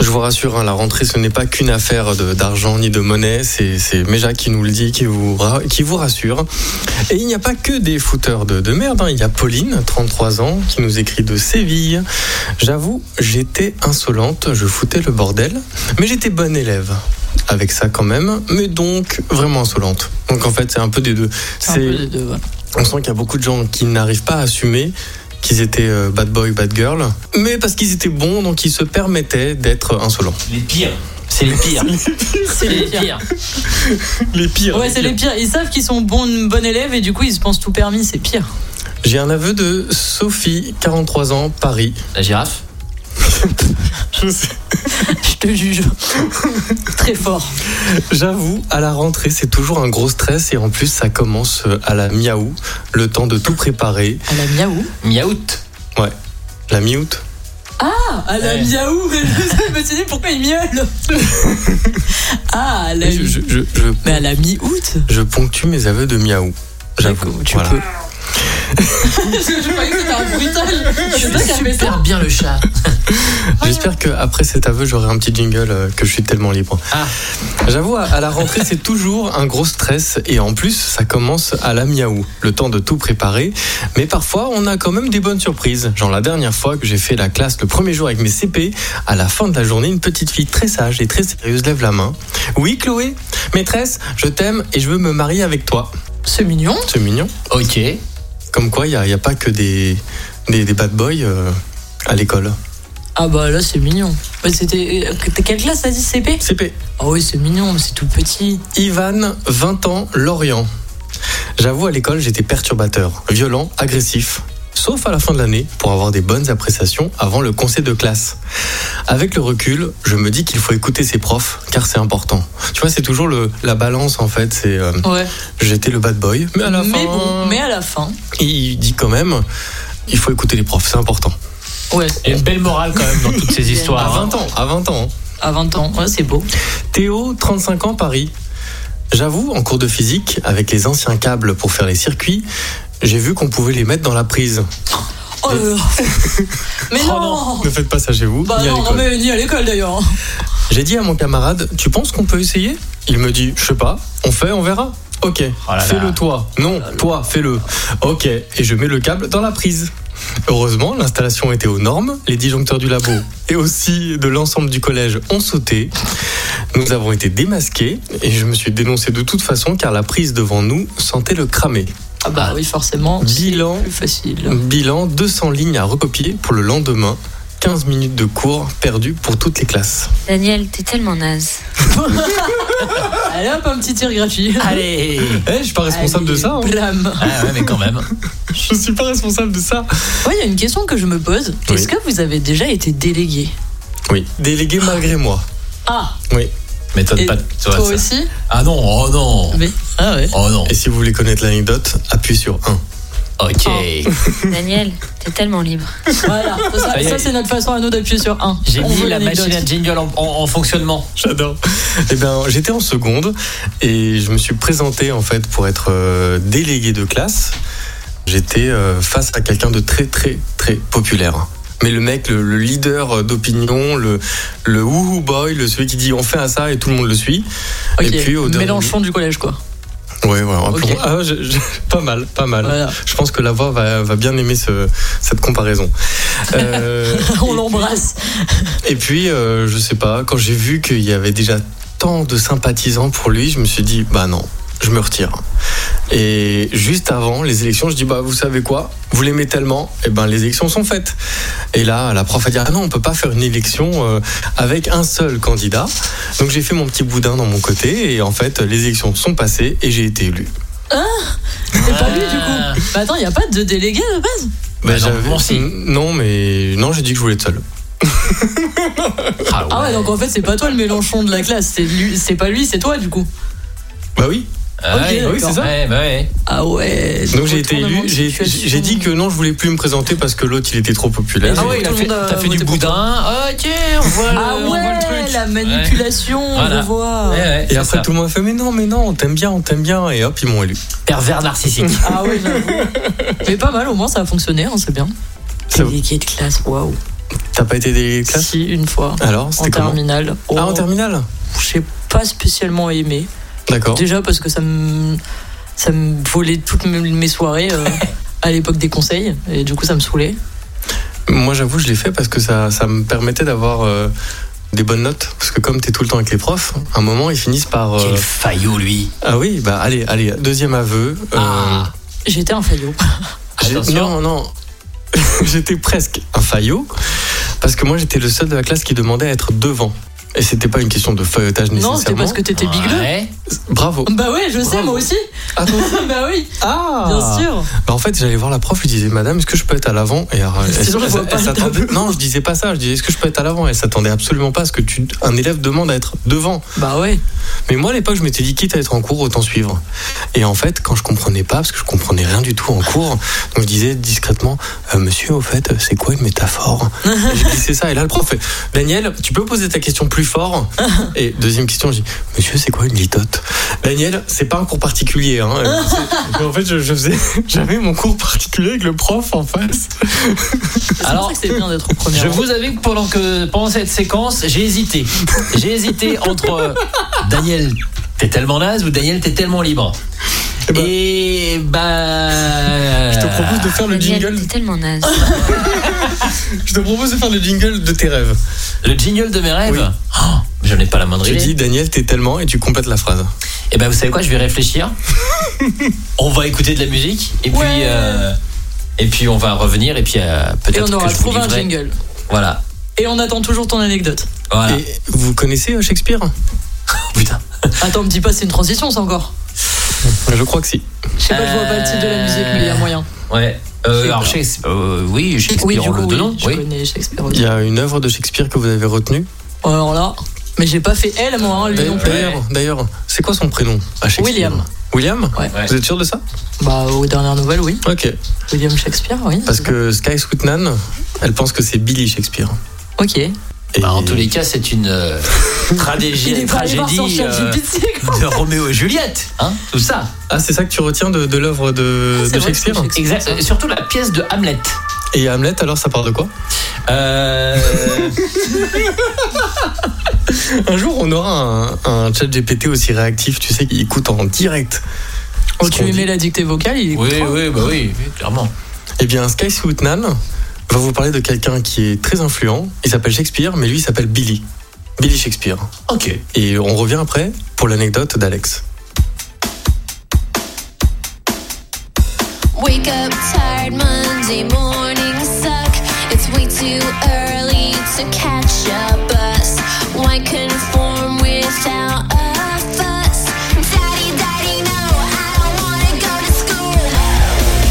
Je vous rassure, hein, la rentrée, ce n'est pas qu'une affaire de- d'argent ni de monnaie. C'est c'est Méja qui nous le dit, qui vous, ra- qui vous rassure. Et il n'y a pas que des footeurs de, de merde. hein. Il y a Pauline, 33 ans, qui nous écrit de Séville. J'avoue, j'étais insolente, je foutais le bordel, mais j'étais bonne élève. Avec ça quand même, mais donc vraiment insolente. Donc en fait, c'est un peu des deux. C'est un C'est- peu les deux, ouais. on sent qu'il y a beaucoup de gens qui n'arrivent pas à assumer qu'ils étaient euh, bad boy, bad girl, mais parce qu'ils étaient bons, donc ils se permettaient d'être insolents. Les pires. C'est les pires. C'est les pires. Les pires. Ouais, c'est les pires. Ils savent qu'ils sont bons, bons élèves et du coup, ils se pensent tout permis. C'est pire. J'ai un aveu de Sophie, 43 ans, Paris. La girafe. Je sais. Je te juge. Très fort. J'avoue, à la rentrée, c'est toujours un gros stress et en plus, ça commence euh, à la miaou, le temps de tout préparer. À la miaou. Miaout. Ouais, la mi-août. Ah, à la Ouais. miaou. Mais je me suis dit, pourquoi ils miaulent Ah, à la Je, je- je- je- Mais à la mi-août je ponctue mes aveux de miaou. J'avoue. D'accord, tu voilà. peux. Je croyais que c'était un bruitage. C'est toi qui as fait ça Super bien le chat. J'espère qu'après cet aveu, j'aurai un petit jingle euh, que je suis tellement libre. Ah. J'avoue, à- à la rentrée, c'est toujours un gros stress et en plus, ça commence à la miaou, le temps de tout préparer. Mais parfois, on a quand même des bonnes surprises. Genre la dernière fois que j'ai fait la classe le premier jour avec mes CP, à la fin de la journée, une petite fille très sage et très sérieuse lève la main. Oui, Chloé, maîtresse, je t'aime et je veux me marier avec toi. C'est mignon. C'est mignon. Ok. Comme quoi, il n'y a, il y a pas que des, des, des bad boys euh, à l'école. Ah bah là, c'est mignon. Mais c'était. euh, Quelle classe t'as dit CP CP. Ah oui, c'est mignon, mais c'est tout petit. Ivan, 20 ans, Lorient. J'avoue, à l'école, j'étais perturbateur, violent, agressif. Sauf à la fin de l'année, pour avoir des bonnes appréciations avant le conseil de classe. Avec le recul, je me dis qu'il faut écouter ses profs, car c'est important. Tu vois, c'est toujours le, la balance, en fait. C'est euh, Ouais. J'étais le bad boy, mais à la fin, bon, mais à la fin. il dit quand même, il faut écouter les profs, c'est important. Ouais, Il y a une belle morale quand même dans toutes ces À Bah, histoires. hein. 20 ans, à 20 ans. hein. à 20 ans. Ouais, c'est beau. Théo, 35 ans, Paris. J'avoue, en cours de physique, avec les anciens câbles pour faire les circuits, j'ai vu qu'on pouvait les mettre dans la prise. Oh là là. Mais Oh non Ne faites pas ça chez vous. Bah ni à non, non, l'école. mais ni à l'école d'ailleurs. J'ai dit à mon camarade, tu penses qu'on peut essayer Il me dit, je sais pas, on fait, on verra. Ok, Oh là là. fais-le toi. Non, toi, fais-le. Ok, et je mets le câble dans la prise. Heureusement, l'installation était aux normes, les disjoncteurs du labo et aussi de l'ensemble du collège ont sauté. Nous avons été démasqués et je me suis dénoncé de toute façon car la prise devant nous sentait le cramer. Ah bah oui, forcément. Bilan, c'est Plus facile. bilan 200 lignes à recopier pour le lendemain, 15 minutes de cours perdus pour toutes les classes. Daniel, t'es tellement naze. Allez hop, un petit tir gratuit. Allez. Eh, je suis pas responsable de Allez, ça. hein. blâme. Ah ouais, mais quand même. Je suis pas responsable de ça. Ouais, il y a une question que je me pose. Oui. Est-ce que vous avez déjà été délégué Oui. Délégué malgré moi. Ah, Oui. M'étonne et pas. toi, ça. aussi Ah non, oh non. Mais- Ah ouais. Oh non. Et si vous voulez connaître l'anecdote, appuyez sur 1. Ok. Daniel, t'es tellement libre. Voilà, ça, Ça y est. ça, c'est notre façon à nous d'appuyer sur 1. J'ai mis la machine à jingle en, en- en fonctionnement. J'adore. Eh bien, j'étais en seconde et je me suis présenté en fait pour être euh, délégué de classe. J'étais euh, face à quelqu'un de très très très populaire. Mais le mec, le, le leader euh, d'opinion, le, le woohoo boy, le celui qui dit on fait à ça et tout le monde le suit. et puis au dernier- Mélenchon du collège, quoi. Ouais, ouais, un peu- Ok. Ah, je- je- pas mal, pas mal. Voilà. Je pense que la voix va, va bien aimer ce- cette comparaison. Euh, On l'embrasse. Et puis, euh, je sais pas, quand j'ai vu qu'il y avait déjà tant de sympathisants pour lui, je me suis dit, bah non, je me retire. Et juste avant les élections, je dis, bah vous savez quoi, vous l'aimez tellement, et ben les élections sont faites. Et là, la prof a dit, ah non, on peut pas faire une élection euh, avec un seul candidat. Donc j'ai fait mon petit boudin dans mon côté, et en fait, les élections sont passées, et j'ai été élu. C'est pas lui, du Ah. coup. Euh, Bah attends, il n'y a pas de délégué de base Bah non, j'avais- bon, si. non, mais non, j'ai dit que je voulais être seul. Ah ouais, donc en fait, c'est pas toi le Mélenchon de la classe. C'est lui- c'est pas lui, c'est toi, du coup. Bah oui. Ah ouais, d'accord. oui, c'est ça. Ouais, bah ouais. Ah ouais. Donc j'ai été retournement élu, de j'ai situation. j'ai dit que non, je voulais plus me présenter parce que l'autre il était trop populaire. Ah Ah ouais, ouais, tout il a le fait- monde a t'as fait du voté pour boudin. Ah, Ok, on voit le, Ah on voit le ouais, truc. la manipulation, on Voilà. le voit. Ouais, ouais, Et c'est après ça. tout le monde a fait mais non, mais non, on t'aime bien, on t'aime bien et hop ils m'ont élu. pervers narcissique. Ah ouais, j'avoue. Mais pas mal, au moins ça a fonctionné, hein, c'est bien. Ça- Délégué de classe, waouh. T'as pas été délégué de classe Si, une fois. Alors En c'était comment terminale. Ah Oh, en terminale. J'ai pas spécialement aimé. D'accord. Déjà parce que ça me, ça me volait toutes mes mes soirées euh, à l'époque des conseils. Et du coup, ça me saoulait. Moi j'avoue je l'ai fait parce que ça ça me permettait d'avoir euh, des bonnes notes parce que comme t'es tout le temps avec les profs, à un moment ils finissent par euh, Quel faillot lui. ah oui bah allez allez deuxième aveu. euh, Ah. J'étais un faillot. J'ai- Attention. Non, non. j'étais presque un faillot. Parce que moi, j'étais le seul de la classe qui demandait à être devant. Et c'était pas une question de feuilletage Non, c'était nécessairement. parce que t'étais bigleux. Ouais. Bravo. Bah ouais, je sais, Bravo. moi aussi. Ah, bah oui, Ah bien sûr. Bah, En fait, j'allais voir la prof, je disais, Madame, est-ce que je peux être à l'avant Et alors, elle- Sinon, je elle- vois elle pas le s'attendait- Non, je disais pas ça. Je disais, est-ce que je peux être à l'avant Elle s'attendait absolument pas à ce que tu... un élève demande à être devant. Bah ouais. Mais moi, à l'époque, je m'étais dit, quitte à être en cours, autant suivre. Et en fait, quand je comprenais pas, parce que je comprenais rien du tout en cours, donc je disais discrètement, Euh, monsieur, au fait, c'est quoi une métaphore Et J'ai glissé ça. Et là, le prof fait, Daniel, tu peux poser ta question plus fort Et deuxième question, je dis, monsieur, c'est quoi une litote Daniel, c'est pas un cours particulier. Hein. Et en fait, je, je faisais, j'avais mon cours particulier avec le prof en face. Alors, Alors, c'est bien d'être au premier. Je rang. vous avoue que pendant, que pendant cette séquence, j'ai hésité. J'ai hésité entre euh, Daniel, t'es tellement naze ou Daniel, t'es tellement libre. Eh ben- Et bah. Je te propose de faire le Daniel, jingle. t'es tellement naze. Je te propose de faire le jingle de tes rêves. Le jingle de mes rêves Oui. Oh, Je n'ai pas la moindre Je idée. dis, Daniel, t'es tellement, et tu complètes la phrase. Et ben vous savez quoi, je vais réfléchir. on va écouter de la musique et puis Ouais. euh, et puis on va revenir et puis euh, Et peut-être on que aura je vous trouvé un livrerai- jingle. Voilà. Et on attend toujours ton anecdote. Voilà. Oh, Et vous connaissez euh, Shakespeare Putain. Attends, me dis pas, c'est une transition, ça encore. Je crois que si. Je sais pas, je vois pas le titre de la musique, mais il y a moyen. Ouais. Euh, alors pas. Shakespeare- euh, oui, Shakespeare Oui, du on le coup, oui, donnant, je oui. connais Shakespeare aussi. Il y a une œuvre de Shakespeare que vous avez retenue Alors là, mais j'ai pas fait elle, moi, hein, lui non D'ailleurs, plus. d'ailleurs- d'ailleurs, c'est quoi son prénom à Shakespeare William. William Ouais. Ouais. Vous êtes sûr de ça Bah, aux dernières nouvelles, oui. Ok. William Shakespeare, oui. eh. Parce que Sky Sweetnan, elle pense que c'est Billy Shakespeare. Ok. Et Bah, en tous les cas, c'est une euh, tragédie, Il est pas allé voir son tragédie chat euh, GPT, quoi. de Roméo et Juliette, hein, tout ça. Ah, c'est ça que tu retiens de, de l'œuvre de, Ah, de c'est vrai que Shakespeare c'est Exact. ça. Et Surtout la pièce de Hamlet. Et Hamlet, alors, ça part de quoi Euh, Un jour, on aura un, un chat GPT aussi réactif, tu sais, qui écoute en direct. Oh, ce tu qu'on dit. aimais la dictée vocale, il est oui, content. oui, bah oui, oui, clairement. Eh bien, Sky Sweetnan va vous parler de quelqu'un qui est très influent. Il s'appelle Shakespeare, mais lui, il s'appelle Billy. Billy Shakespeare. Ok. Et on revient après pour l'anecdote d'Alex. Wake up tired Monday morning suck. It's way too early to catch a bus. Why conform without a fuss? Daddy, daddy, no, I don't wanna go to school.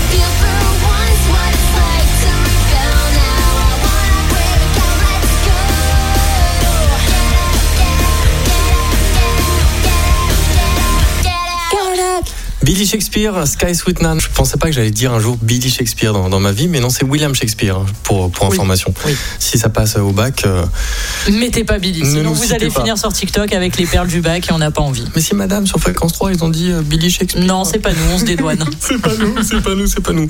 Feel for once what it's like to rebel now. I wanna break out, let's go. Get up, get up, get up, get up, get up, get up, get up. Billy Billy Shakespeare, Sky Sweet Nan. Je pensais pas que j'allais dire un jour Billy Shakespeare dans, dans ma vie, mais non, c'est William Shakespeare, hein, pour, pour Oui. information. Oui. Si ça passe au bac. euh, Mettez pas Billy, Ne sinon nous vous citez allez pas. finir sur TikTok avec les perles du bac et on n'a pas envie. Mais si madame, sur Fréquence 3, ils ont dit euh, Billy Shakespeare. Non, c'est pas nous, on se dédouane. C'est pas nous, c'est pas nous, c'est pas nous.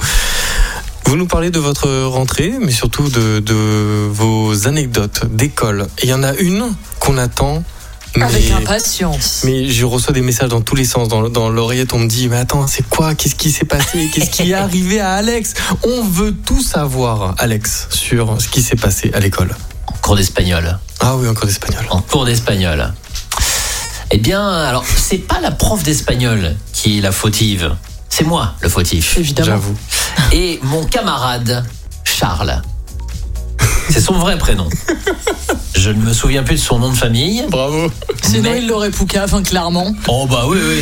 Vous nous parlez de votre rentrée, mais surtout de, de vos anecdotes d'école. Et il y en a une qu'on attend. Mais, Avec impatience. mais je reçois des messages dans tous les sens. Dans, dans l'oreillette, on me dit Mais attends, c'est quoi Qu'est-ce qui s'est passé Qu'est-ce qui est arrivé à Alex On veut tout savoir, Alex, sur ce qui s'est passé à l'école. En cours d'espagnol. Ah oui, encore d'espagnol. En cours d'espagnol. Eh bien, alors, c'est pas la prof d'espagnol qui est la fautive. C'est moi le fautif. Évidemment. J'avoue. Et mon camarade, Charles. C'est son vrai prénom. Je ne me souviens plus de son nom de famille. Bravo. Sinon, mais- il l'aurait pouca, enfin, clairement. Oh bah oui, oui.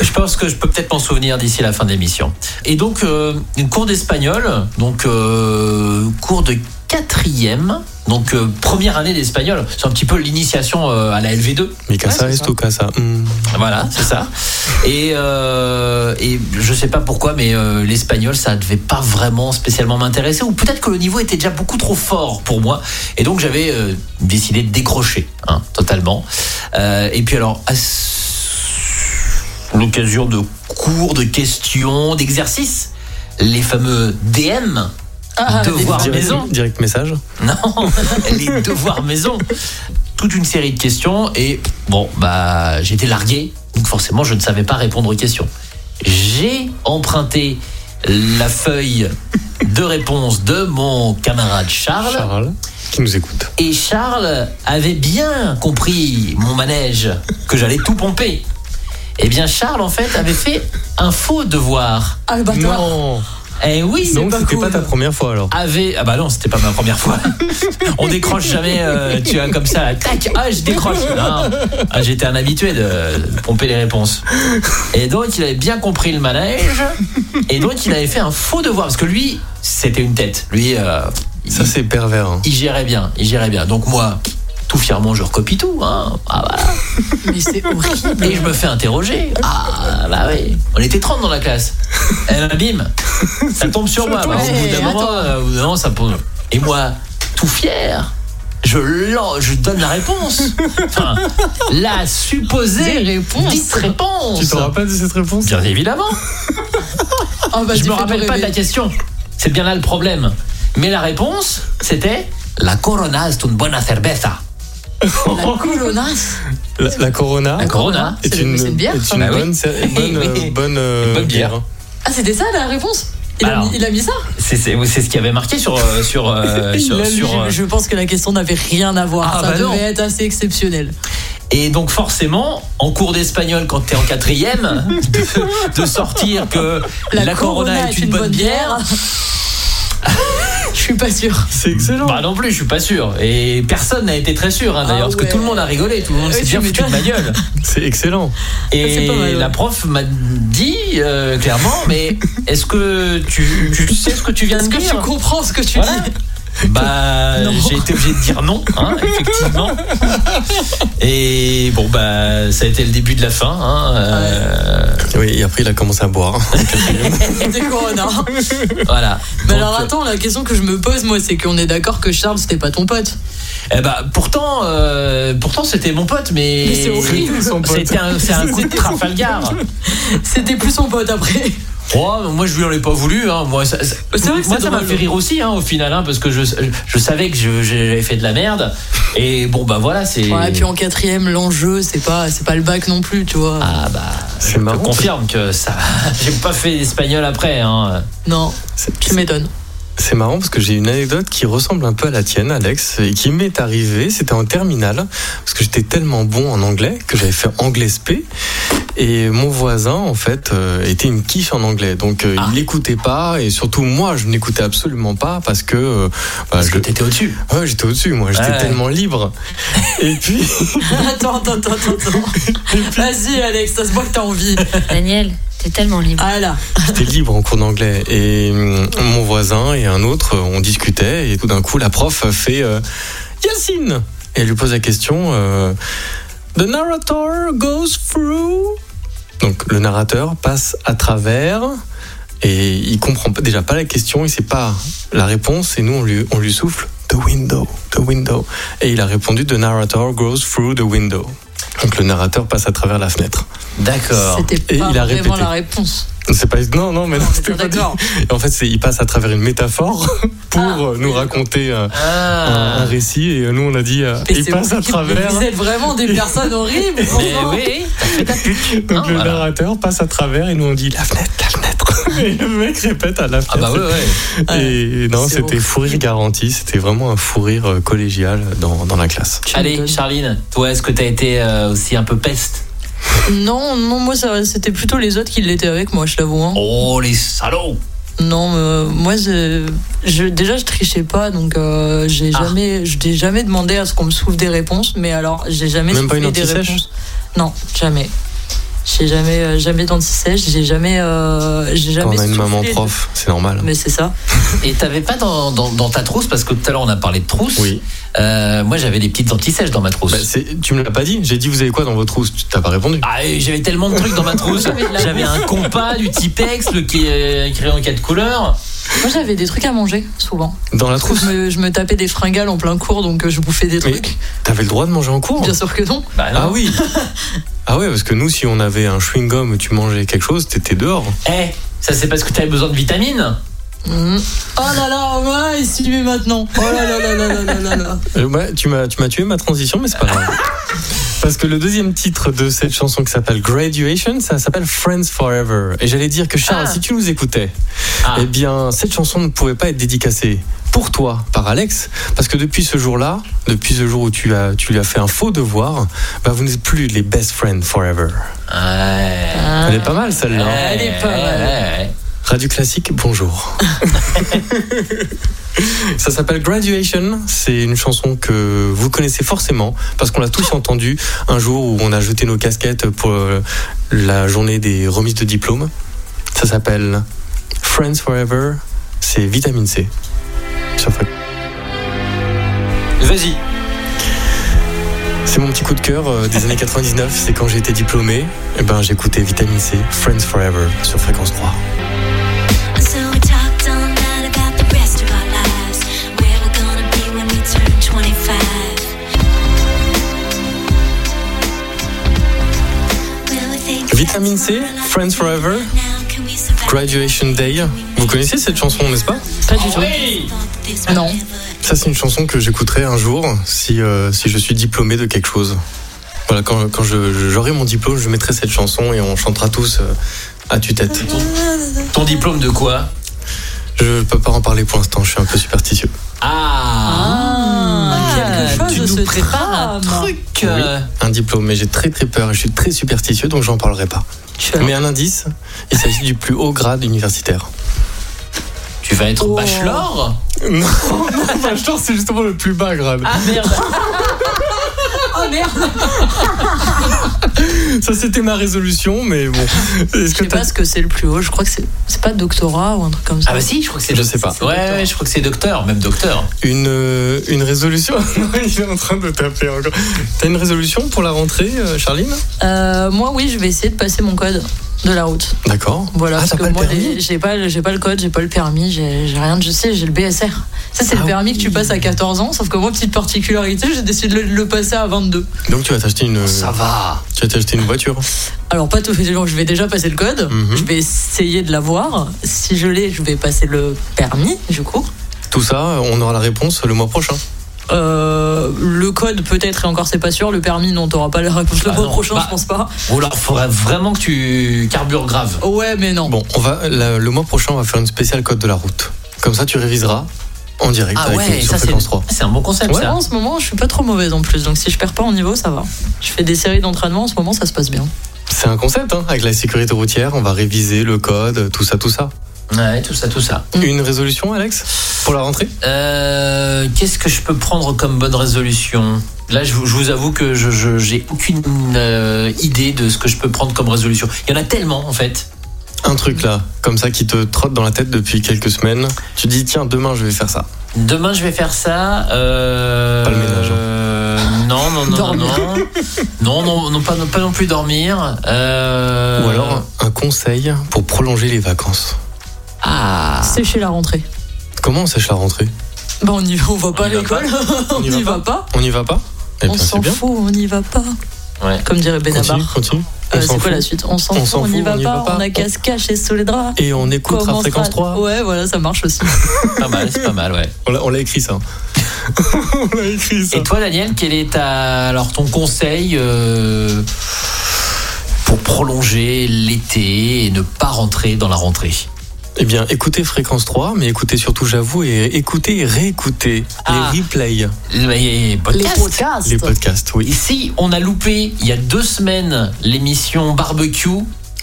Je pense que je peux peut-être m'en souvenir d'ici la fin de l'émission. Et donc, euh, une cours d'espagnol, donc euh, cours de quatrième, donc euh, première année d'espagnol. C'est un petit peu l'initiation euh, à la LV2. Mais casa Ouais, c'est esto, casa. Hmm. Voilà, c'est ça. Et, euh, et je sais pas pourquoi, mais euh, l'espagnol, ça devait pas vraiment spécialement m'intéresser. Ou peut-être que le niveau était déjà beaucoup trop fort pour moi. Et donc j'avais euh, décidé de décrocher, hein, totalement. Euh, et puis alors, à s- l'occasion de cours, de questions, d'exercices, les fameux DM. Ah, Devoir des- à maison. direct message. Non, les devoirs maison. Toute une série de questions et bon, bah j'étais largué, donc forcément je ne savais pas répondre aux questions. J'ai emprunté la feuille de réponse de mon camarade Charles Charles, qui nous écoute. et Charles avait bien compris mon manège que j'allais tout pomper. Eh bien Charles en fait avait fait un faux devoir. Ah, le bâtard. Non Eh oui, Donc pas c'était cool. pas ta première fois alors. avait ah bah non c'était pas ma première fois on décroche jamais euh, tu vois comme ça tac ah je décroche Non. Ah, j'étais un habitué de, de pomper les réponses et donc il avait bien compris le manège et donc il avait fait un faux devoir parce que lui c'était une tête lui euh, il- Ça c'est pervers. hein. il gérait bien il gérait bien donc moi tout fièrement je recopie tout hein. ah voilà Mais c'est horrible. et je me fais interroger. Ah, bah oui. On était 30 dans la classe. Et là, bim, ça tombe sur moi. toi. Parce qu'au bout d'un Hey, moment, euh, au bout d'un moment, ça pose. Et moi, tout fier, je, lan- je donne la réponse. Enfin, la supposée Des réponses. dite réponse. Tu te rappelles de cette réponse Bien évidemment. Ah, bah, je me dis-le rappelle pas de la rêver. question. C'est bien là le problème. Mais la réponse, c'était La Corona est une buena cerveza. La colonasse. La, la Corona. La Corona. est c'est- une, c'est une bière, est ça. une Bah oui. bonne, c'est- bonne, Oui. euh, bonne, euh, Bonne bière. hein. Ah, c'était ça la réponse il a, Alors. mis, il a mis ça C'est c'est- c'est ce qui avait marqué sur. euh, sur, euh, Il sur, l'a mis. sur, euh, Je pense que la question n'avait rien à voir. Ah, ça bah devait non. être assez exceptionnel. Et donc forcément, en cours d'espagnol, quand t'es en quatrième, de, de sortir que la, corona, est une, bonne bière, Je suis pas sûre. C'est excellent. bah non plus, je suis pas sûr. Et personne n'a été très sûr hein, d'ailleurs, Ah parce ouais. que tout le monde a rigolé, tout le monde Ouais, s'est tu bien foutu de ma gueule. C'est excellent. Et Ah, C'est pas mal, ouais. la prof m'a dit euh, clairement, mais est-ce que tu, tu sais ce que tu viens de Est-ce que dire tu comprends ce que tu Voilà. dis Bah, Non. j'ai été obligé de dire non, hein, effectivement. Et bon, bah, ça a été le début de la fin. Hein, euh, Oui, et après il a commencé à boire. C'était Corona. euh, Voilà. Mais Donc, alors euh, attends, la question que je me pose moi, c'est qu'on est d'accord que Charles c'était pas ton pote. Eh bah, pourtant, euh, pourtant c'était mon pote, mais, Mais c'est horrible, son pote. C'était un, c'est un coup de Trafalgar. C'était plus son pote après. Oh, moi je lui en ai pas voulu. Hein. Moi, ça, ça- C'est vrai que moi c'est ça m'a drôle. fait rire aussi hein, au final, hein, parce que je, je, je savais que je- j'avais fait de la merde. Et bon bah voilà, c'est. Ouais, puis en quatrième, l'enjeu c'est pas c'est pas le bac non plus, tu vois. Ah bah, C'est je marrant, confirme que ça. J'ai pas fait d'espagnol après. Hein. Non, C'est- tu m'étonnes. C'est marrant parce que j'ai une anecdote qui ressemble un peu à la tienne, Alex, et qui m'est arrivée. C'était en terminale parce que j'étais tellement bon en anglais que j'avais fait anglais SP. Et mon voisin, en fait, euh, était une quiche en anglais. Donc, euh, Ah. il n'écoutait pas. Et surtout, moi, je n'écoutais absolument pas parce que, euh, bah, Parce je- que t'étais au-dessus. Ouais, j'étais au-dessus, moi. J'étais Ouais, ouais. tellement libre. Et puis, attends, attends, attends, attends. Vas-y Alex, ça se voit que t'as envie. Daniel, t'es tellement libre. Ah là. j'étais libre en cours d'anglais. Et hum, mon voisin et un autre, euh, on discutait. Et tout d'un coup, la prof fait euh, Yacine Et elle lui pose la question euh, The narrator goes through. Donc le narrateur passe à travers et il comprend pas- déjà pas la question, il sait pas la réponse et nous on lui, on lui souffle the window, the window. Et il a répondu the narrator goes through the window. Donc le narrateur passe à travers la fenêtre. D'accord. C'était Et pas il a vraiment répété. la réponse. C'est pas non non mais non, Ah, c'était pas dit. D'accord. Et En fait c'est il passe à travers une métaphore pour Ah, euh, nous raconter euh, un, un Ah. récit et nous on a dit euh, Mais il c'est passe vous à qui- travers. Vous êtes vraiment des personnes horribles. Mais franchement. Eh oui, t'as fait ta pute. Donc hein, le voilà. narrateur passe à travers et nous on dit la fenêtre, la fenêtre. Et le mec répète à la Ah fenêtre. bah ouais, ouais. Et non, C'est c'était horrible. fou rire garanti, c'était vraiment un fou rire euh, collégial dans, dans la classe. Tu Allez, m'étonnes. Charline, toi, est-ce que t'as été euh, aussi un peu peste Non, non, moi ça- c'était plutôt les autres qui l'étaient avec moi, je l'avoue. hein. Oh, les salauds Non, euh, moi je, je- déjà je trichais pas, donc euh, j'ai Ah. jamais, je n'ai jamais demandé à ce qu'on me souffle des réponses. Mais alors j'ai jamais Même pas soufflé une des anti-sèche réponses. Non, jamais. J'ai jamais, euh, jamais d'anti-sèche. J'ai jamais, euh, j'ai Quand jamais. on a une soufflé maman de- prof, c'est normal. hein. Mais c'est ça. Et t'avais pas dans, dans, dans ta trousse, parce que tout à l'heure on a parlé de trousse. Oui. Euh, moi j'avais des petites antisèches dans ma trousse. Bah, c'est- tu me l'as pas dit, j'ai dit vous avez quoi dans votre trousse Tu t'as pas répondu. Ah, et j'avais tellement de trucs dans ma trousse. J'avais un compas, du Tipex, le qui est écrit en quatre couleurs. Moi j'avais des trucs à manger souvent. Dans la trousse Je me, je me tapais des fringales en plein cours, donc euh, je bouffais des Mais- trucs. T'avais le droit de manger en cours Bien sûr que non. Bah non. Ah oui Ah ouais, parce que nous, si on avait un chewing-gum où tu mangeais quelque chose, t'étais dehors. Eh, ça c'est parce que t'avais besoin de vitamines. Mm. Oh là là, ouais, il s'y met maintenant. Oh là là là là là là là là. Euh, ouais, tu m'as tu m'as tué ma transition, mais c'est pas grave. Parce que le deuxième titre de cette chanson qui s'appelle Graduation, ça s'appelle Friends Forever. Et j'allais dire que Charles, Ah. si tu nous écoutais, Ah. eh bien, cette chanson ne pouvait pas être dédicacée pour toi par Alex, parce que depuis ce jour-là, depuis ce jour où tu, as, tu lui as fait un faux devoir, bah, vous n'êtes plus les best friends forever. Ouais. Elle est pas mal celle-là. Elle est pas mal. Ouais, ouais. Radio Classique, bonjour. Ça s'appelle Graduation, c'est une chanson que vous connaissez forcément parce qu'on l'a tous entendue un jour où on a jeté nos casquettes pour euh, la journée des remises de diplôme. Ça s'appelle Friends Forever, c'est vitamine C. Sur Fréquence. Vas-y. C'est mon petit coup de cœur euh, des années 99, c'est quand j'ai été diplômé, et ben j'écoutais vitamine C, Friends Forever sur fréquence 3. So we talked all night about the rest of our lives. Where we're gonna be when we turn 25. Will we think Vitamine C, that's more Friends Forever, like now? Can we survive? Graduation Day. Vous connaissez cette chanson, n'est-ce pas Pas du tout. Oui. Thought this Non. would never Ça, c'est une chanson que j'écouterai un jour si, euh, si je suis diplômé de quelque chose. Voilà, quand, quand je- je- j'aurai mon diplôme, je mettrai cette chanson et on chantera tous euh, à tue-tête. Ton diplôme de quoi Je peux pas en parler pour l'instant, je suis un peu superstitieux. Ah. Ah, quelque chose tu de nous ce prépares un drame. truc. euh, Un diplôme, mais j'ai très très peur et je suis très superstitieux donc j'en parlerai pas. Tu as- Mais un indice, il s'agit du plus haut grade universitaire. Tu vas être Oh. bachelor Non, bachelor, c'est justement le plus bas grade. Ah merde. Oh merde Ça, c'était ma résolution, mais bon. Est-ce Je sais pas ce que c'est le plus haut, je crois que c'est c'est pas doctorat ou un truc comme ça. Ah bah si, je crois que c'est. Je sais pas. Ouais, ouais, je crois que c'est docteur, même docteur. une, euh, une résolution Non, il est en train de taper encore. T'as une résolution pour la rentrée, euh, Charline Euh, moi oui, je vais essayer de passer mon code de la route. D'accord. Voilà, Ah, parce t'as que pas le moi permis les- j'ai pas, le- j'ai pas le code, j'ai pas le permis, j'ai j'ai rien, je sais, j'ai le BSR. Ça c'est Ah le permis que tu passes à 14 ans, sauf que moi petite particularité, j'ai décidé de le, le passer à 22. Donc tu vas t'acheter une, euh, Ça va. tu vas t'acheter une voiture. Alors pas tout fait je vais déjà passer le code, Mhm. je vais essayer de l'avoir, si je l'ai, je vais passer le permis du coup. Tout ça, on aura la réponse le mois prochain. Euh, le code peut-être et encore c'est pas sûr, le permis non, t'auras pas la réponse le Ah mois non, prochain, bah- je pense pas. Ou alors, faudrait vraiment que tu carbures grave. Ouais, mais non. Bon, on va la- le mois prochain, on va faire une spéciale code de la route. Comme ça, tu réviseras en direct Ah avec ouais, nous sur ça c'est. fréquence 3. C'est un bon concept Ouais, ça. en ce moment, je suis pas trop mauvaise en plus, donc si je perds pas en niveau, ça va. Je fais des séries d'entraînement, en ce moment, ça se passe bien. C'est un concept, hein, avec la sécurité routière, on va réviser le code, tout ça, tout ça. Ouais, tout ça, tout ça. Mm. Une résolution, Alex, pour la rentrée Euh, Qu'est-ce que je peux prendre comme bonne résolution Là, je, vous- je vous avoue que je je- j'ai aucune euh, idée de ce que je peux prendre comme résolution. Il y en a tellement en fait. Un truc là, comme ça, qui te trotte dans la tête depuis quelques semaines. Tu dis, tiens, demain, je vais faire ça. Demain, je vais faire ça. euh, Pas le ménage, hein. euh, Non, non, non, non, Dormir. non. Non, non, non, pas, non- pas non plus dormir. Euh, Ou alors un conseil pour prolonger les vacances. Ah. C'est chez la rentrée. Comment on sèche la rentrée Bah on y va, on va pas On à y va l'école. On y va pas. On n'y va pas Eh On bien, c'est s'en bien. fout, on n'y va pas. Ouais. Comme dirait Continue, Benabar. continue. On Euh, s'en c'est quoi fout. la suite On s'en On fout, s'en on n'y fout, va, pas, on a casse-cache et sous les draps. Et on écoute à Commence fréquence pas- 3. Ouais, voilà, ça marche aussi. Pas mal, c'est pas mal, ouais. On l'a- On l'a écrit ça. on l'a écrit ça. Et toi, Daniel, quel est ta, alors ton conseil euh, pour prolonger l'été et ne pas rentrer dans la rentrée Eh bien, écoutez Fréquence 3, mais écoutez surtout, j'avoue, et écoutez et réécoutez Ah. les replays, Les Les podcasts. podcasts. les podcasts, oui. Et si on a loupé il y a deux semaines l'émission barbecue,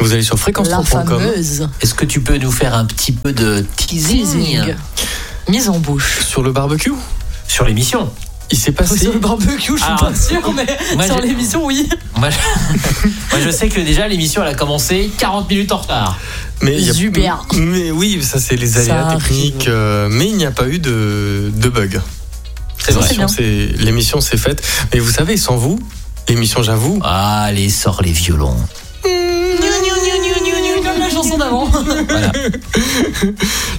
Vous allez sur La fréquence3.com, fameuse est-ce que tu peux nous faire un petit peu de teasing teasing. Mise en bouche. sur le barbecue. sur l'émission Il s'est passé. Sur le barbecue, je suis Ah. pas sûre, mais Moi, sur j'ai- l'émission, oui. Moi, je... Moi, je sais que déjà l'émission elle a commencé 40 minutes en retard. Mais il y a- Zuber. Mais oui, ça c'est les Ça aléas arrive. techniques. euh, mais il n'y a pas eu de, de bug. C'est vrai. L'émission, c'est- L'émission s'est faite. Mais vous savez, sans vous, l'émission, j'avoue, Allez, sors les violons. Comme la chanson d'avant. je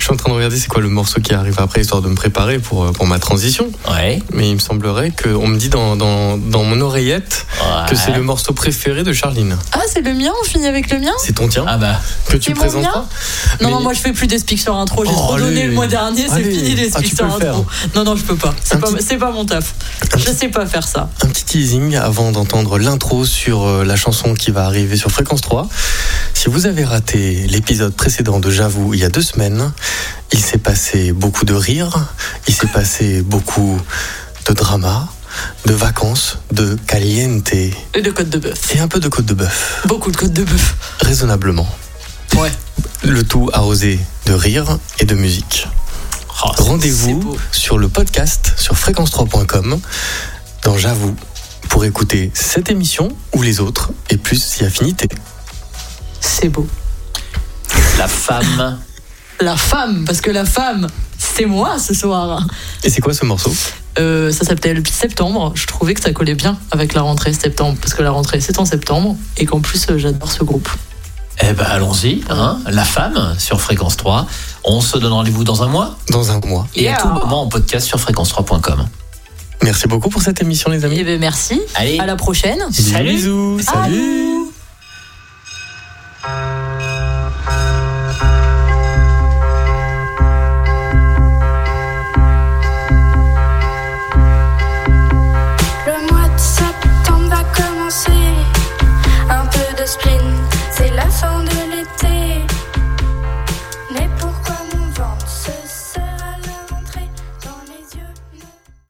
suis en train de regarder c'est quoi le morceau qui arrive après, histoire de me préparer pour, euh, pour ma transition. Ouais. Mais il me semblerait qu'on me dit dans, dans, dans mon oreillette que c'est le morceau préféré de Charline. Ah, c'est le mien, on finit avec le mien C'est ton tien Ah bah. que tu c'est mon présenteras. mien Non, Mais- non, moi je fais plus des speaks sur intro, j'ai Oh, trop donné allez. le mois dernier, c'est Allez. fini les Ah, tu speaks peux sur le intro. Non, non, je peux pas. Un C'est pas, petit- c'est pas mon taf. Je sais pas faire ça. Un petit teasing avant d'entendre l'intro sur euh, la chanson qui va arriver sur Fréquence 3. Si vous avez raté l'épisode précédent de J'avoue il y a deux semaines, il s'est passé beaucoup de rires, il s'est passé beaucoup de drama, de vacances, de caliente et Et de côte de bœuf. un peu de côte de bœuf, Beaucoup de côte de bœuf. raisonnablement. Ouais. Le tout arrosé de rire et de musique. Oh, c'est- c'est Rendez-vous beau. sur le podcast sur fréquence3.com dans J'avoue pour écouter cette émission ou les autres et plus si affinité. C'est beau. La femme. La femme, parce que la femme, c'est moi ce soir. Et c'est quoi ce morceau Euh, ça s'appelle Septembre. Je trouvais que ça collait bien avec la rentrée septembre, parce que la rentrée c'est en septembre, et qu'en plus euh, j'adore ce groupe. Eh ben allons-y, hein. La femme sur fréquence 3. On se donne rendez-vous dans un mois Dans un mois. et à Yeah. tout moment en podcast sur fréquence3.com. Merci beaucoup pour cette émission les amis. Et ben merci. Allez. À la prochaine. Salut. Bisous. Salut. Allô